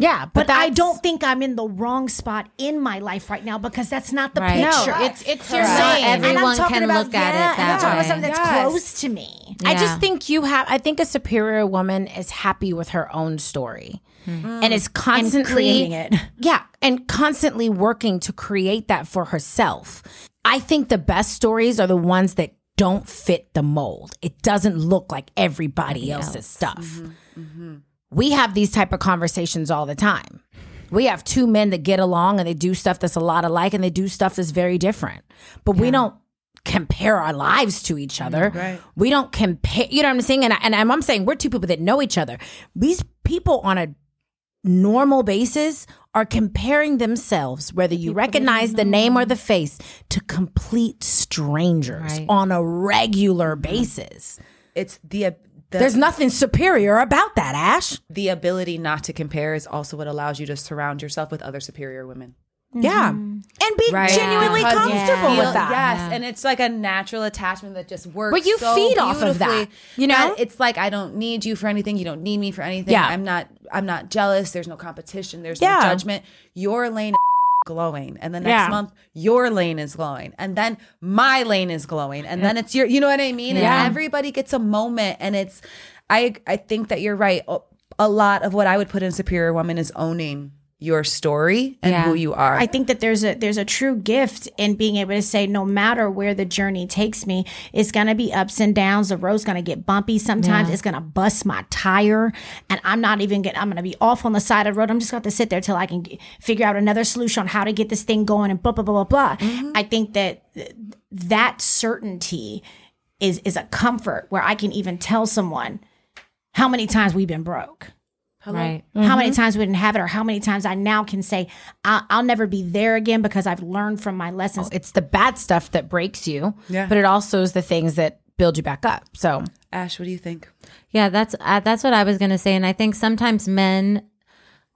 Speaker 2: Yeah,
Speaker 1: But, I
Speaker 2: that's-
Speaker 1: don't think I'm in the wrong spot in my life right now because that's not the
Speaker 3: Right. No,
Speaker 1: picture.
Speaker 2: No, it's it's your
Speaker 1: So-
Speaker 3: Not
Speaker 2: lane.
Speaker 1: and I'm
Speaker 3: everyone
Speaker 1: talking
Speaker 3: can
Speaker 1: about-
Speaker 3: look at
Speaker 1: yeah,
Speaker 3: it
Speaker 1: and I'm
Speaker 3: that
Speaker 1: talking
Speaker 3: way.
Speaker 1: about something that's
Speaker 2: Yes.
Speaker 1: close to me.
Speaker 2: I
Speaker 3: Yeah.
Speaker 2: just think you have. I think a superior woman is happy with her own story, and is constantly
Speaker 1: Creating it.
Speaker 2: Yeah, and constantly working to create that for herself. I think the best stories are the ones that don't fit the mold. It doesn't look like everybody else's stuff. We have these type of conversations all the time. We have two men that get along and they do stuff that's a lot alike and they do stuff that's very different. But we don't compare our lives to each other. Right. We don't compare, you know what I'm saying? And, I, and I'm I'm saying we're two people that know each other. These people on a normal basis are comparing themselves, whether you recognize the name or the face, to complete strangers
Speaker 3: Right.
Speaker 2: on a regular basis.
Speaker 5: It's the, the
Speaker 2: There's nothing superior about that, Ash.
Speaker 5: the ability not to compare is also what allows you to surround yourself with other superior women.
Speaker 2: Yeah. And be
Speaker 5: Right.
Speaker 2: genuinely
Speaker 5: Because you
Speaker 2: comfortable
Speaker 5: feel-
Speaker 2: with that.
Speaker 5: Yes, Mm-hmm. and it's like a natural attachment that just works.
Speaker 2: But you
Speaker 5: so
Speaker 2: feed off of that,
Speaker 5: beautifully
Speaker 2: you know?
Speaker 5: that it's like I don't need you for anything. You don't need me for anything.
Speaker 2: Yeah.
Speaker 5: I'm not. I'm not jealous. There's no competition. There's
Speaker 2: Yeah.
Speaker 5: no judgment. Your lane is glowing, and the next
Speaker 2: Yeah.
Speaker 5: month your lane is glowing, and then my lane is glowing, and then it's your. You know what I mean?
Speaker 2: Yeah.
Speaker 5: And everybody gets a moment, and it's. I I think that you're right. A- A lot of what I would put in Superior Woman is owning your story and
Speaker 3: Yeah.
Speaker 5: who you are.
Speaker 1: I think that there's a there's a true gift in being able to say no matter where the journey takes me, it's gonna be ups and downs. The road's gonna get bumpy sometimes. It's gonna bust my tire, and I'm not even gonna. I'm gonna be off on the side of the road. I'm just gonna have to sit there till I can g- figure out another solution on how to get this thing going and blah blah blah blah blah. I think that th- that certainty is is a comfort where I can even tell someone how many times we've been broke
Speaker 3: Right.
Speaker 1: how
Speaker 2: Mm-hmm.
Speaker 1: many times we didn't have it or how many times i now can say I'll, I'll never be there again because i've learned from my lessons
Speaker 2: It's the bad stuff that breaks you, but it also is the things that build you back up. So,
Speaker 5: Ash, what do you think?
Speaker 3: Yeah, that's uh, that's what I was gonna say, and I think sometimes men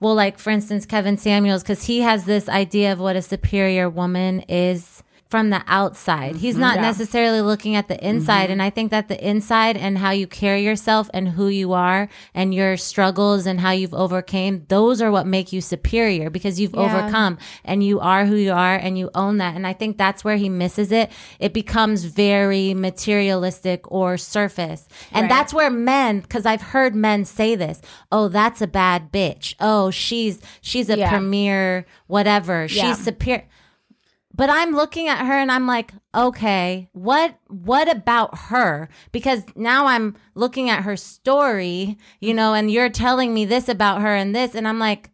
Speaker 3: will like, for instance, Kevin Samuels, because he has this idea of what a superior woman is from the outside. He's not necessarily looking at the inside, and I think that the inside and how you carry yourself and who you are and your struggles and how you've overcame those are what make you superior because you've overcome and you are who you are and you own that. And I think that's where he misses it. It becomes very materialistic or surface. And that's where men, because I've heard men say this, oh, that's a bad bitch. Oh, she's she's a premier whatever. She's superior. But I'm looking at her and I'm like, okay, what what about her? Because now I'm looking at her story, you know, and you're telling me this about her and this, and I'm like,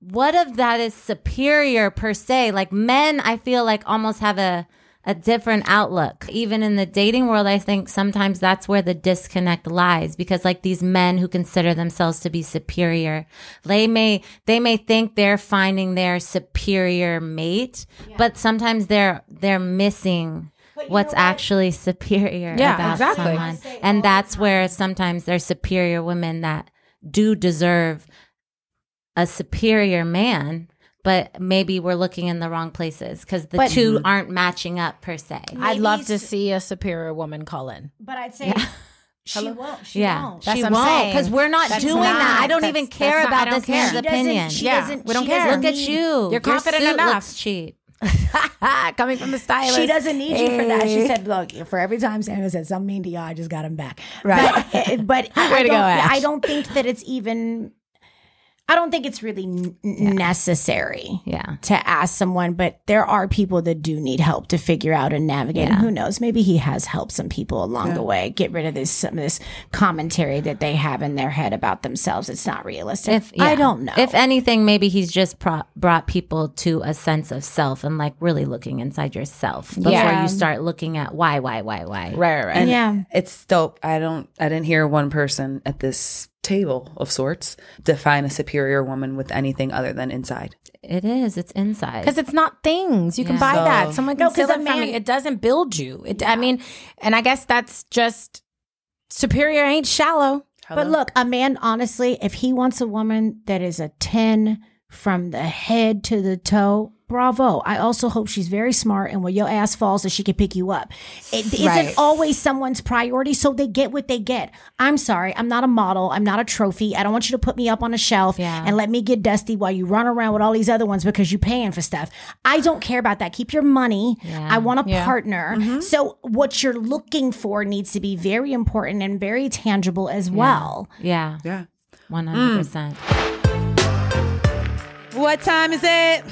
Speaker 3: what if that is superior per se? Like men, I feel like almost have a a different outlook. Even in the dating world, I think sometimes that's where the disconnect lies because like these men who consider themselves to be superior, they may they may think they're finding their superior mate, but sometimes they're they're missing what's actually superior
Speaker 2: Yeah,
Speaker 3: about
Speaker 2: exactly.
Speaker 3: someone. And that's where sometimes there's superior women that do deserve a superior man, but maybe we're looking in the wrong places because the
Speaker 2: Mm-hmm.
Speaker 3: two aren't matching up per se.
Speaker 2: I'd love to see a superior woman call in.
Speaker 1: but i'd say she won't she
Speaker 3: yeah,
Speaker 1: won't
Speaker 2: That's
Speaker 3: she
Speaker 2: what I'm
Speaker 3: won't
Speaker 2: saying.
Speaker 3: because we're not
Speaker 2: That's
Speaker 3: doing that.
Speaker 2: not-
Speaker 3: I don't
Speaker 2: that's-
Speaker 3: even care
Speaker 2: that's not- I
Speaker 3: about
Speaker 2: don't
Speaker 3: this
Speaker 2: care.
Speaker 3: man's
Speaker 2: She
Speaker 1: doesn't-
Speaker 3: opinion.
Speaker 1: she
Speaker 2: Yeah,
Speaker 1: doesn't
Speaker 2: we don't
Speaker 1: she
Speaker 2: care.
Speaker 1: doesn't
Speaker 3: Look at
Speaker 1: need-
Speaker 3: you. Your
Speaker 2: confident
Speaker 3: suit
Speaker 2: enough.
Speaker 3: looks cheap.
Speaker 2: Coming from the stylist.
Speaker 1: she doesn't need you for that. She said, "Look, for every time Sandra said something mean to you, I just got him back." Right. But, but I,
Speaker 2: Way to
Speaker 1: don't,
Speaker 2: go, Ash.
Speaker 1: I don't think that it's even. I don't think it's really n- necessary.
Speaker 3: Yeah.
Speaker 1: to ask someone, but there are people that do need help to figure out and navigate. And who knows? Maybe he has helped some people along the way get rid of this some of this commentary that they have in their head about themselves. It's not realistic.
Speaker 3: If yeah.
Speaker 1: I don't know.
Speaker 3: If anything, maybe he's just pro- brought people to a sense of self and like really looking inside yourself before
Speaker 2: Yeah.
Speaker 3: you start looking at why, why, why, why.
Speaker 2: Right, right, right.
Speaker 5: And
Speaker 1: Yeah.
Speaker 5: It's dope. I don't I didn't hear one person at this table of sorts define a superior woman with anything other than inside.
Speaker 3: It is. It's inside.
Speaker 2: Because it's not things you can buy that. Someone
Speaker 1: No,
Speaker 2: can
Speaker 1: 'cause
Speaker 2: steal
Speaker 1: a
Speaker 2: it from
Speaker 1: man-
Speaker 2: you. It doesn't build you. It, I mean, and I guess that's just superior ain't shallow.
Speaker 1: but look, a man honestly, if he wants a woman that is a 10 from the head to the toe. Bravo. I also hope she's very smart and when your ass falls that she can pick you up. It isn't
Speaker 2: Right.
Speaker 1: always someone's priority, so they get what they get. I'm sorry, I'm not a model. I'm not a trophy. I don't want you to put me up on a shelf
Speaker 3: Yeah.
Speaker 1: and let me get dusty while you run around with all these other ones because you're paying for stuff. I don't care about that. Keep your money. I want a partner. So what you're looking for needs to be very important and very tangible as well.
Speaker 3: Yeah.
Speaker 4: Yeah.
Speaker 3: One hundred percent.
Speaker 4: What time is it?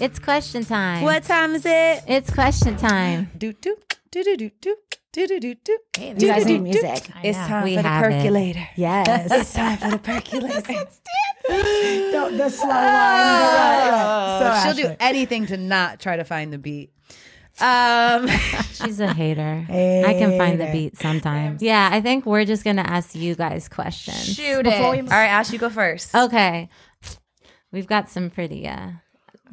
Speaker 3: It's question time.
Speaker 4: What time is it?
Speaker 3: It's question time.
Speaker 4: Do do do do do do do do do do.
Speaker 1: You guys need music.
Speaker 4: It's time
Speaker 3: We
Speaker 4: for the
Speaker 3: have it.
Speaker 4: percolator.
Speaker 1: Yes.
Speaker 4: It's time for the percolator.
Speaker 1: the, the slow one.
Speaker 5: She'll do anything to not try to find the beat. Um,
Speaker 3: She's a hater. I can find the beat sometimes. Yeah, I think we're just gonna ask you guys questions.
Speaker 2: Shoot it.
Speaker 4: All right, Ash, you go
Speaker 3: Uh,
Speaker 4: first.
Speaker 3: Okay. We've got some pretty uh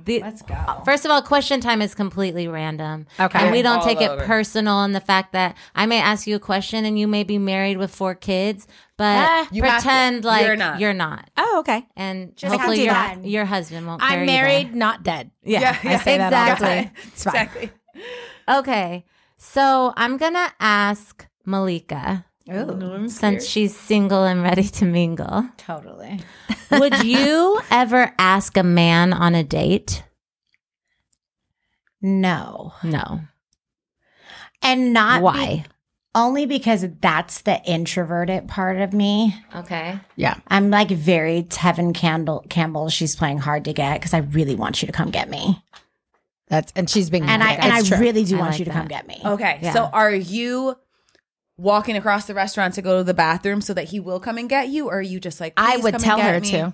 Speaker 3: the, Let's go. First of all, question time is completely random.
Speaker 2: Okay.
Speaker 3: And we don't
Speaker 4: All
Speaker 3: take it
Speaker 4: over.
Speaker 3: personal in the fact that I may ask you a question and you may be married with four kids,
Speaker 2: Ah.
Speaker 3: but
Speaker 4: You have to.
Speaker 3: pretend like
Speaker 4: You're not.
Speaker 3: not.
Speaker 2: Oh, okay.
Speaker 3: And
Speaker 1: Just
Speaker 3: hopefully your,
Speaker 1: have to be.
Speaker 3: your husband won't carry
Speaker 2: I'm
Speaker 3: you there.
Speaker 2: married, not dead. Yeah, I say that all the
Speaker 3: exactly.
Speaker 2: time.
Speaker 4: It's fine. Exactly.
Speaker 3: Okay. So I'm gonna ask Malika. since she's single and ready to mingle.
Speaker 1: Totally.
Speaker 3: Would you ever ask a man on a date?
Speaker 1: No.
Speaker 3: No.
Speaker 1: And not be-
Speaker 3: Why?
Speaker 1: only because that's the introverted part of me.
Speaker 3: Okay.
Speaker 1: I'm like very Tevin Campbell. Campbell, she's playing hard to get because I really want you to come get me,
Speaker 2: That's and she's being
Speaker 1: and I
Speaker 2: that's
Speaker 1: and I
Speaker 2: true.
Speaker 1: really do
Speaker 3: I
Speaker 1: want
Speaker 3: like
Speaker 1: you to
Speaker 3: that.
Speaker 1: come get me.
Speaker 5: okay,
Speaker 3: Yeah.
Speaker 5: so are you walking across the restaurant to go to the bathroom so that he will come and get you, or are you just like
Speaker 2: I
Speaker 5: "Please
Speaker 2: would
Speaker 5: come and
Speaker 2: tell
Speaker 5: get
Speaker 2: her
Speaker 5: me"?
Speaker 2: to.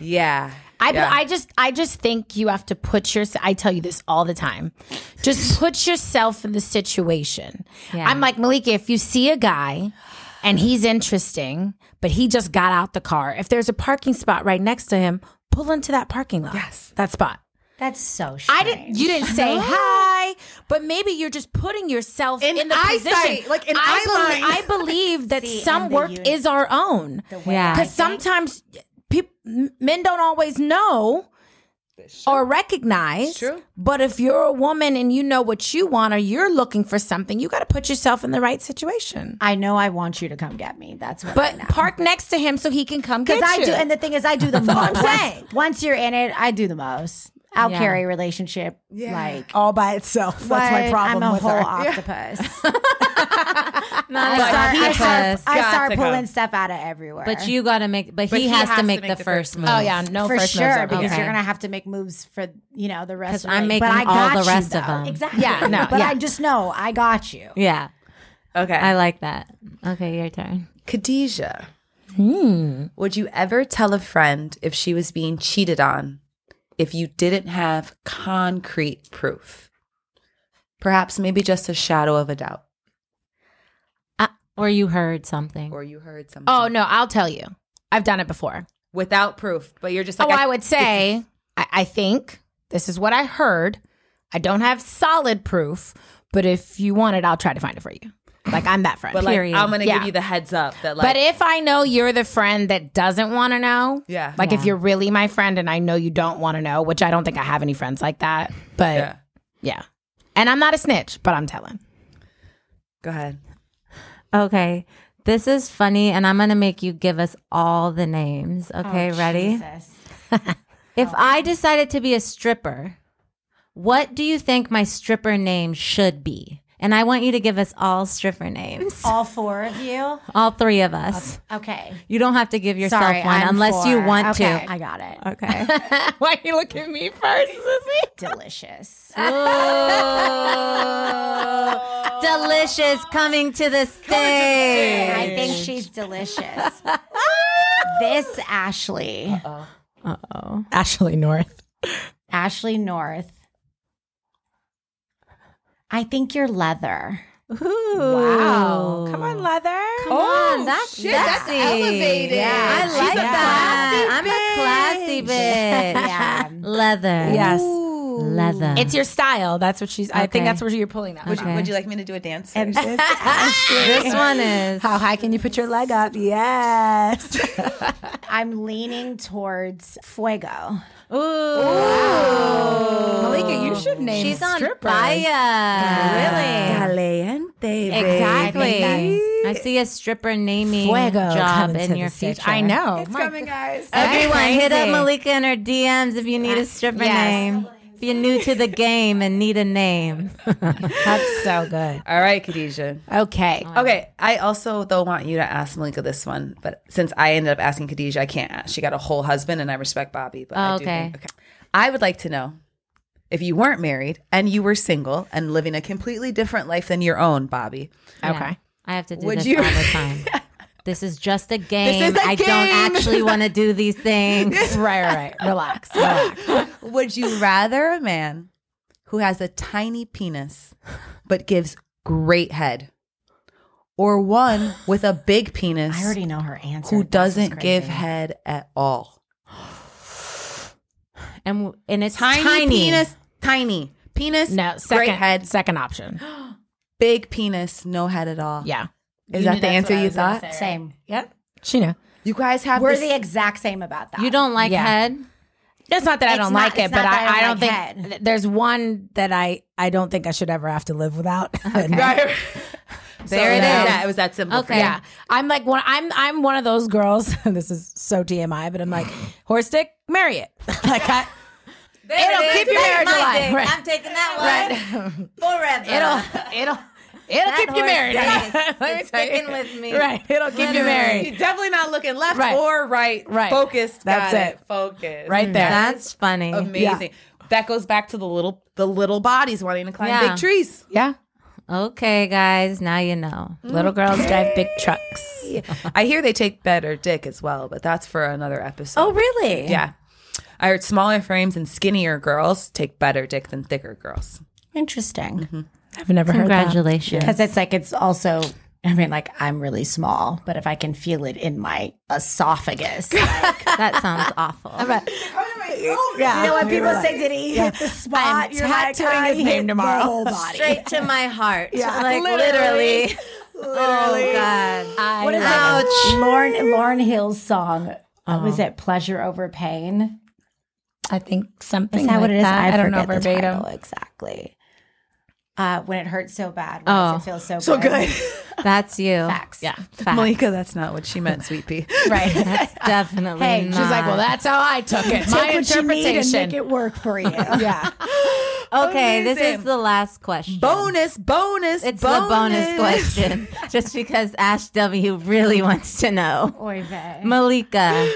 Speaker 5: Yeah,
Speaker 2: I,
Speaker 5: Yeah.
Speaker 2: I just I just think you have to put your I tell you this all the time. Just put yourself in the situation.
Speaker 3: Yeah.
Speaker 2: I'm like Malika, if you see a guy and he's interesting, but he just got out the car, if there's a parking spot right next to him, pull into that parking lot. Yes. That spot.
Speaker 1: That's so. Strange.
Speaker 2: I didn't you didn't say hi, but maybe you're just putting yourself in, the
Speaker 5: eyesight,
Speaker 2: position.
Speaker 5: like in
Speaker 2: I,
Speaker 5: eye
Speaker 2: belie- I believe that
Speaker 1: See,
Speaker 2: some
Speaker 1: and the
Speaker 2: work
Speaker 1: uni-
Speaker 2: is our own.
Speaker 3: Yeah.
Speaker 2: Because sometimes peop men don't always know or recognize.
Speaker 5: true.
Speaker 2: But if you're a woman and you know what you want or you're looking for something, you got to put yourself in the right situation.
Speaker 1: I know I want you to come get me. That's what.
Speaker 2: But park next to him so he can come get
Speaker 1: because I
Speaker 2: you.
Speaker 1: do, and the thing is, I do the most.
Speaker 2: I'm
Speaker 1: Once-
Speaker 2: saying.
Speaker 1: Once, you're in it, I do the most. I'll
Speaker 3: Yeah.
Speaker 1: carry a relationship like.
Speaker 2: all by itself.
Speaker 1: what? I'm a whole octopus. I
Speaker 3: But
Speaker 1: start,
Speaker 3: he
Speaker 1: I start,
Speaker 3: has-
Speaker 1: I
Speaker 5: got
Speaker 1: start
Speaker 5: to
Speaker 1: pulling stuff out of everywhere.
Speaker 3: But you got to make, but, he, has, to make, the, first move.
Speaker 2: Oh yeah, no
Speaker 1: for
Speaker 2: first moves
Speaker 1: sure
Speaker 2: are
Speaker 1: because
Speaker 2: bad.
Speaker 1: you're
Speaker 3: Okay.
Speaker 1: gonna have to make moves for you know the rest.
Speaker 3: 'Cause
Speaker 1: of the
Speaker 3: I'm
Speaker 1: way. But
Speaker 3: making
Speaker 1: I
Speaker 3: all
Speaker 1: got
Speaker 3: the
Speaker 1: you,
Speaker 3: rest
Speaker 1: though.
Speaker 3: of them.
Speaker 1: Exactly.
Speaker 2: Yeah, no,
Speaker 1: but
Speaker 2: yeah.
Speaker 1: I just know I got you.
Speaker 3: Yeah.
Speaker 5: okay. Uh,
Speaker 3: I like that. Okay, your turn.
Speaker 5: Khadijah,
Speaker 2: Hmm.
Speaker 5: would you ever tell a friend if she was being cheated on if you didn't have concrete proof? Perhaps maybe just a shadow of a doubt,
Speaker 3: Uh, Or you heard something.
Speaker 5: or you heard something.
Speaker 2: Oh no, I'll tell you. I've done it before.
Speaker 5: without proof, but you're just
Speaker 2: Oh,
Speaker 5: like,
Speaker 2: I, would say I, I think this is what I heard. I don't have solid proof, but if you want it, I'll try to find it for you. Like I'm that friend.
Speaker 5: but like,
Speaker 3: period.
Speaker 5: I'm gonna
Speaker 2: Yeah.
Speaker 5: give you the heads up that like,
Speaker 2: but if I know you're the friend that doesn't want to know,
Speaker 5: yeah,
Speaker 2: like if
Speaker 3: Yeah.
Speaker 2: you're really my friend and I know you don't want to know, which I don't think I have any friends like that, but
Speaker 5: yeah.
Speaker 2: yeah. And I'm not a snitch, but I'm telling.
Speaker 5: Go ahead.
Speaker 3: Okay. This is funny, and I'm going to make you give us all the names. Okay, ready? If I decided to be a stripper, what do you think my stripper name should be? And I want you to give us all stripper names, all,
Speaker 1: All four of you.
Speaker 3: three of us.
Speaker 1: Okay.
Speaker 3: You don't have to give yourself
Speaker 1: Sorry,
Speaker 3: one
Speaker 1: I'm
Speaker 3: unless you
Speaker 1: four.
Speaker 3: want
Speaker 1: Okay, I got it.
Speaker 3: to. Okay.
Speaker 2: Why are you looking at me first, Sissy?
Speaker 1: Delicious.
Speaker 3: Ooh. Delicious coming to the stage.
Speaker 1: I think she's delicious. this Ashley,
Speaker 2: Ashley North.
Speaker 1: Ashley North. I think you're leather.
Speaker 2: Wow. Come on, leather.
Speaker 3: oh, that's
Speaker 5: shit, that's
Speaker 3: sexy.
Speaker 5: elevated.
Speaker 3: Yeah, I
Speaker 5: She's
Speaker 3: like
Speaker 5: a
Speaker 3: that. I'm a classy bitch.
Speaker 1: Yeah.
Speaker 3: Leather.
Speaker 2: Yes.
Speaker 3: leather.
Speaker 2: It's your style. That's what she's. I
Speaker 3: Okay.
Speaker 2: think that's where you're pulling that.
Speaker 3: Would you-
Speaker 2: from.
Speaker 3: Okay.
Speaker 5: Would you like me to do a dance?
Speaker 7: And this,
Speaker 3: this one is
Speaker 2: How high can you put your leg up? Yes.
Speaker 1: I'm leaning towards Fuego.
Speaker 3: ooh.
Speaker 2: Malika, you should name
Speaker 3: She's on
Speaker 2: strippers.
Speaker 3: fire.
Speaker 7: Caliente, baby.
Speaker 3: Exactly.
Speaker 1: Yes.
Speaker 3: I see a stripper naming
Speaker 2: Fuego
Speaker 3: job
Speaker 2: coming to
Speaker 3: in
Speaker 2: the
Speaker 3: your
Speaker 2: stage.
Speaker 3: future.
Speaker 2: I know.
Speaker 4: It's
Speaker 2: My
Speaker 4: coming, guys.
Speaker 3: Everyone, hit up
Speaker 2: crazy.
Speaker 3: Malika in her DMs if you need a stripper
Speaker 2: yes.
Speaker 3: name. If you're new to the game and need a name,
Speaker 2: That's so good.
Speaker 5: All right, Khadijah.
Speaker 2: Okay.
Speaker 5: Okay, I also though want you to ask Malika this one, but since I ended up asking Khadijah, I can't. ask. She got a whole husband, and I respect Bobby. But I do
Speaker 3: Okay.
Speaker 5: think- Oh, okay, I would like to know if you weren't married and you were single and living a completely different life than your own, Bobby.
Speaker 3: Yeah. I have to do
Speaker 5: Would
Speaker 3: this
Speaker 5: you-
Speaker 3: all the time. This is just a game.
Speaker 5: is a
Speaker 3: I don't
Speaker 5: game.
Speaker 3: actually want to do these things.
Speaker 2: Right, right, right. Relax. relax.
Speaker 5: Would you rather a man who has a tiny penis but gives great head, or one with a big penis
Speaker 1: I already know her answer.
Speaker 5: who
Speaker 1: This is
Speaker 5: doesn't
Speaker 1: crazy.
Speaker 5: give head at all?
Speaker 3: And w- and it's
Speaker 5: Tiny,
Speaker 3: tiny.
Speaker 5: penis, tiny penis,
Speaker 2: No, second
Speaker 5: great head,
Speaker 2: Second option.
Speaker 5: big penis, no head at all.
Speaker 2: Yeah.
Speaker 5: Is that the answer you thought?
Speaker 1: Same.
Speaker 2: Yeah. She knew.
Speaker 5: You guys have
Speaker 1: We're
Speaker 5: this,
Speaker 1: the exact same about that.
Speaker 3: You don't like
Speaker 2: Yeah.
Speaker 3: head?
Speaker 2: That's not that I
Speaker 1: It's
Speaker 2: don't
Speaker 1: not-
Speaker 2: like it,
Speaker 1: it's
Speaker 2: but
Speaker 1: not
Speaker 2: I,
Speaker 1: that I
Speaker 2: I
Speaker 1: don't
Speaker 2: don't
Speaker 1: like
Speaker 2: think there's one that I I don't think I should ever have to live without.
Speaker 5: Right.
Speaker 3: There it is.
Speaker 5: Yeah, it was that simple.
Speaker 3: Okay.
Speaker 2: Yeah, I'm like one. I'm I'm one of those girls. this is so TMI, but I'm like horse dick, marry it. like I, it'll keep your marriage alive. Right.
Speaker 7: I'm taking that one forever.
Speaker 2: It'll it'll it'll
Speaker 7: That
Speaker 2: keep you
Speaker 7: horse
Speaker 2: married.
Speaker 7: dick is-
Speaker 2: Let me
Speaker 7: is
Speaker 2: tell you.
Speaker 7: sticking with me.
Speaker 2: Right, it'll keep you married.
Speaker 5: You're definitely not looking left
Speaker 2: Right.
Speaker 5: or right.
Speaker 2: Right.
Speaker 5: Focused. Got
Speaker 2: That's
Speaker 5: it. Mm-hmm.
Speaker 2: it.
Speaker 5: Focused.
Speaker 2: Right there.
Speaker 3: That's funny.
Speaker 5: Amazing. That goes back to the little the little bodies wanting to climb
Speaker 3: Yeah.
Speaker 5: big trees.
Speaker 2: yeah,
Speaker 3: Okay, guys, now you know.
Speaker 2: little girls drive big trucks.
Speaker 5: I hear they take better dick as well, but that's for another episode.
Speaker 3: Oh,
Speaker 7: really?
Speaker 5: yeah. I heard smaller frames and skinnier girls take better dick than thicker girls.
Speaker 1: Interesting.
Speaker 2: I've never heard that.
Speaker 3: Congratulations.
Speaker 1: Because it's like, it's also, I mean, like, I'm really small, but if I can feel it in my esophagus.
Speaker 3: that sounds awful.
Speaker 1: You know when people say, did he hit the spot? You're like,
Speaker 2: tattooing his
Speaker 1: "I
Speaker 2: name
Speaker 1: hit the
Speaker 2: tomorrow."
Speaker 1: whole body.
Speaker 7: Straight to my heart. like literally. Oh God.
Speaker 2: I
Speaker 1: What is
Speaker 2: love it.
Speaker 1: that? Lauren, Lauren Hill's song. uh, Was it Pleasure Over Pain?
Speaker 2: I think something
Speaker 1: Is that
Speaker 2: like
Speaker 1: what it is?
Speaker 2: that. I, don't know
Speaker 1: forget the
Speaker 2: verbatim.
Speaker 1: title exactly. Uh, when it hurts so bad, when does it feel so, good?
Speaker 3: That's you.
Speaker 1: Facts.
Speaker 2: Yeah.
Speaker 3: Facts.
Speaker 5: Malika, that's not what she meant, sweet pea.
Speaker 1: Right.
Speaker 3: That's definitely
Speaker 1: Hey, she's
Speaker 3: not.
Speaker 2: She's like, well, that's how I took it. My
Speaker 1: Take what you need and
Speaker 2: interpretation.
Speaker 1: make it work for you.
Speaker 2: yeah.
Speaker 3: Okay, this
Speaker 5: Amazing.
Speaker 3: is the last question.
Speaker 5: bonus, bonus,
Speaker 3: It's
Speaker 5: bonus.
Speaker 3: the bonus question, just because Ash W really wants to know.
Speaker 1: Oy vey.
Speaker 3: Malika,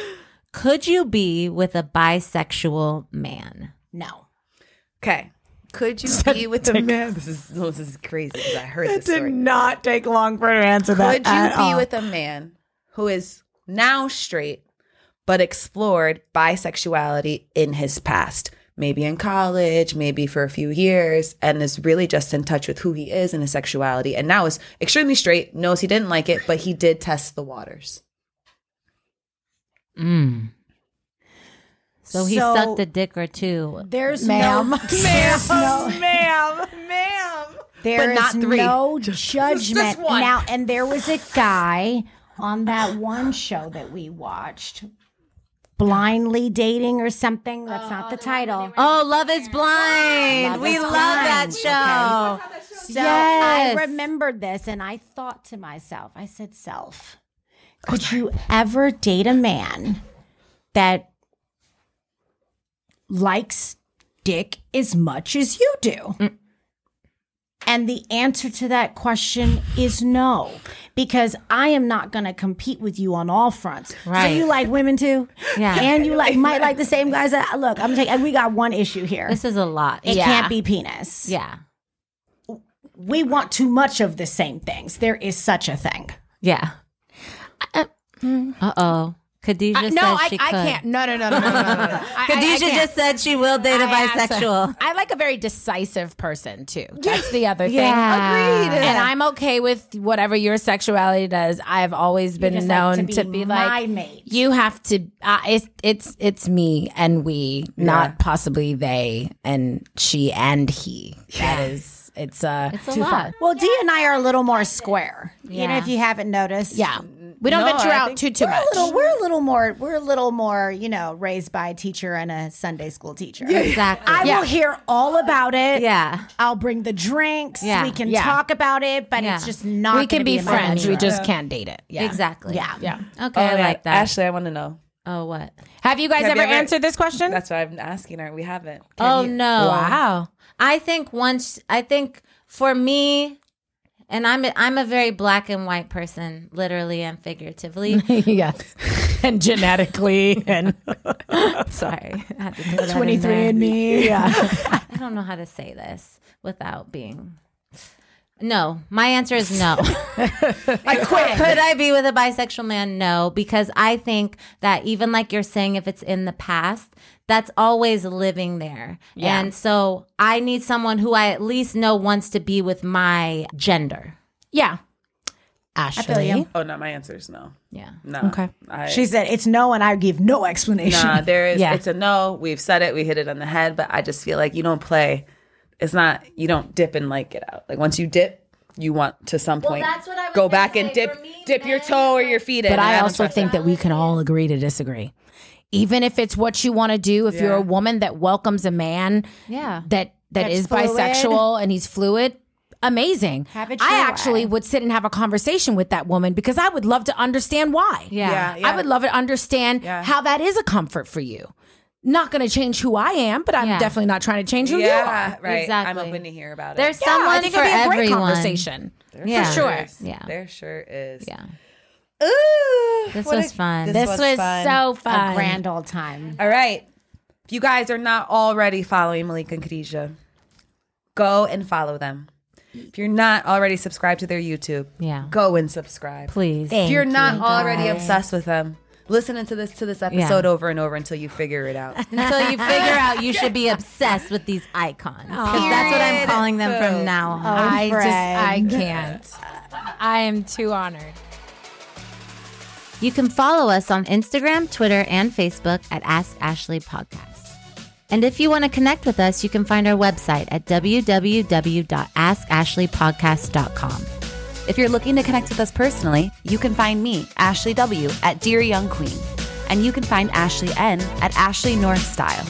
Speaker 3: could you be with a bisexual man?
Speaker 1: No.
Speaker 5: Okay. Could you be with a man? This is no, this is crazy because I heard this story.
Speaker 2: not take long for her to answer
Speaker 5: Could you be with a man who is now straight but explored bisexuality in his past? Maybe in college, maybe for a few years, and is really just in touch with who he is and his sexuality, and now is extremely straight, knows he didn't like it, but he did test the waters.
Speaker 3: Mm. So he
Speaker 1: So-
Speaker 3: sucked a dick or two.
Speaker 1: There's
Speaker 2: Ma'am.
Speaker 1: no, there's no,
Speaker 5: Ma'am, ma'am.
Speaker 1: there
Speaker 5: But not
Speaker 1: is
Speaker 5: three.
Speaker 1: no judgment
Speaker 5: just one.
Speaker 1: now. And there was a guy on that one show that we watched, blindly dating or something. That's not the title.
Speaker 3: Oh, Love is Blind.
Speaker 1: Love
Speaker 3: we
Speaker 1: is
Speaker 3: love
Speaker 1: Blind.
Speaker 3: that show.
Speaker 1: So
Speaker 3: Yes.
Speaker 1: I remembered this and I thought to myself, I said, self, could you ever date a man that likes dick as much as you do? And the answer to that question is no, because I am not going to compete with you on all fronts. So
Speaker 3: Right.
Speaker 1: you like women too,
Speaker 3: Yeah.
Speaker 1: and you like might like the same guys. That, look, I'm taking. We got one issue here.
Speaker 3: This is a lot.
Speaker 1: It
Speaker 3: yeah.
Speaker 1: can't be penis
Speaker 3: Yeah.
Speaker 1: we want too much of the same things. There is such a thing.
Speaker 3: Yeah. Uh oh. Khadijah
Speaker 2: I-
Speaker 3: says
Speaker 2: no, I,
Speaker 3: she could.
Speaker 2: I can't. No, no, no, no, no, no. no, no. I- I- I
Speaker 7: Khadijah
Speaker 2: can't.
Speaker 7: just said she will date a
Speaker 2: I am, so-
Speaker 7: bisexual.
Speaker 2: I like a very decisive person too. That's the other
Speaker 1: Yeah.
Speaker 2: thing.
Speaker 1: Agreed.
Speaker 2: And I'm okay with whatever your sexuality does. I've always been
Speaker 1: just like
Speaker 2: known
Speaker 1: to
Speaker 2: to
Speaker 1: be
Speaker 2: be,
Speaker 1: my
Speaker 2: like
Speaker 1: mate.
Speaker 2: You have to. Uh, it's it's it's me and we, not possibly they and she and he. That is. It's uh.
Speaker 3: It's a lot.
Speaker 1: Well, Dee and I are a little more square. You know, if you haven't noticed.
Speaker 2: Yeah. We don't venture out too too much.
Speaker 1: We're a little, we're a little more, we're a little more, you know, raised by a teacher and a Sunday school teacher.
Speaker 3: Exactly.
Speaker 1: I will hear all about it.
Speaker 3: yeah.
Speaker 1: I'll bring the drinks.
Speaker 3: Yeah.
Speaker 1: We can
Speaker 2: Yeah.
Speaker 1: talk about it, but
Speaker 3: Yeah.
Speaker 1: it's just not.
Speaker 2: we can
Speaker 1: gonna
Speaker 2: be,
Speaker 1: in my
Speaker 2: friends. We
Speaker 1: nature.
Speaker 2: just can't date it. Yeah.
Speaker 3: Exactly.
Speaker 1: Yeah.
Speaker 2: Yeah.
Speaker 3: Okay, I like that.
Speaker 5: Ashley, I want to know.
Speaker 3: oh, what?
Speaker 2: Have you guys
Speaker 5: Have you
Speaker 2: ever,
Speaker 5: ever-
Speaker 2: answered this question?
Speaker 5: That's why I'm asking her. We haven't.
Speaker 3: oh no.
Speaker 2: Wow.
Speaker 3: I think once I think for me and I'm a, I'm a very black and white person, literally and figuratively.
Speaker 2: yes. And genetically and
Speaker 3: Sorry, I had to throw that in there.
Speaker 2: and me. Yeah.
Speaker 3: I don't know how to say this without being. No, my answer is no. I quit. Could I be with a bisexual man? No, because I think that even like you're saying, if it's in the past, that's always living there.
Speaker 2: Yeah.
Speaker 3: And so I need someone who I at least know wants to be with my gender.
Speaker 2: yeah. Ashley.
Speaker 5: Oh no, my answer is no.
Speaker 3: Yeah.
Speaker 5: No.
Speaker 2: Okay.
Speaker 5: I,
Speaker 1: She said, it's no, and I give no explanation.
Speaker 5: Nah, there is.
Speaker 2: Yeah.
Speaker 5: It's a no. We've said it. We hit it on the head. But I just feel like you don't play. It's not. You don't dip and like get out. Like once you dip, you want to some point
Speaker 3: that's what I was
Speaker 5: go
Speaker 3: gonna
Speaker 5: back and
Speaker 3: say.
Speaker 5: dip,
Speaker 3: For me,
Speaker 5: dip your
Speaker 3: men,
Speaker 5: toe or your feet in.
Speaker 2: But
Speaker 5: and
Speaker 2: I
Speaker 5: don't
Speaker 2: also
Speaker 5: trust
Speaker 2: think that we can all agree to disagree. Even if it's what you want to do, if you're a woman that welcomes a man
Speaker 3: Yeah.
Speaker 2: that that is
Speaker 1: fluid.
Speaker 2: bisexual and he's fluid, amazing.
Speaker 1: Have it
Speaker 2: I
Speaker 1: your
Speaker 2: actually
Speaker 1: way.
Speaker 2: would sit and have a conversation with that woman because I would love to understand why.
Speaker 3: Yeah.
Speaker 5: Yeah, yeah.
Speaker 2: I would love to understand how that is a comfort for you. Not going to change who I am, but I'm
Speaker 3: Yeah.
Speaker 2: definitely not trying to change who you
Speaker 5: Yeah,
Speaker 2: are.
Speaker 5: right. I'm
Speaker 3: Exactly.
Speaker 5: open to hear about
Speaker 3: There's
Speaker 5: it.
Speaker 2: Yeah,
Speaker 3: someone
Speaker 2: I think
Speaker 3: for
Speaker 2: it'd be a great
Speaker 3: everyone.
Speaker 2: conversation.
Speaker 5: There
Speaker 3: Yeah.
Speaker 2: sure.
Speaker 5: is.
Speaker 3: Yeah.
Speaker 5: There sure is.
Speaker 3: Yeah.
Speaker 5: Ooh,
Speaker 3: This
Speaker 5: what
Speaker 3: was fun.
Speaker 2: This was, so
Speaker 1: A
Speaker 2: fun.
Speaker 1: grand old time.
Speaker 5: All right. If you guys are not already following Malik and Khadija, go and follow them. If you're not already subscribed to their YouTube,
Speaker 3: Yeah.
Speaker 5: go and subscribe.
Speaker 3: Please.
Speaker 5: if you're not already obsessed with them, listening to this to this episode over and over until you figure it out.
Speaker 3: Until you figure out you should be obsessed with these icons. 'Cause that's what I'm calling them from now on.
Speaker 2: I just I can't. I am too honored.
Speaker 3: You can follow us on Instagram, Twitter, and Facebook at Ask Ashley Podcast. And if you want to connect with us, you can find our website at www.askashleypodcast.com.
Speaker 4: If you're looking to connect with us personally, you can find me, Ashley W, at Dear Young Queen. And you can find Ashley N at Ashley North Style.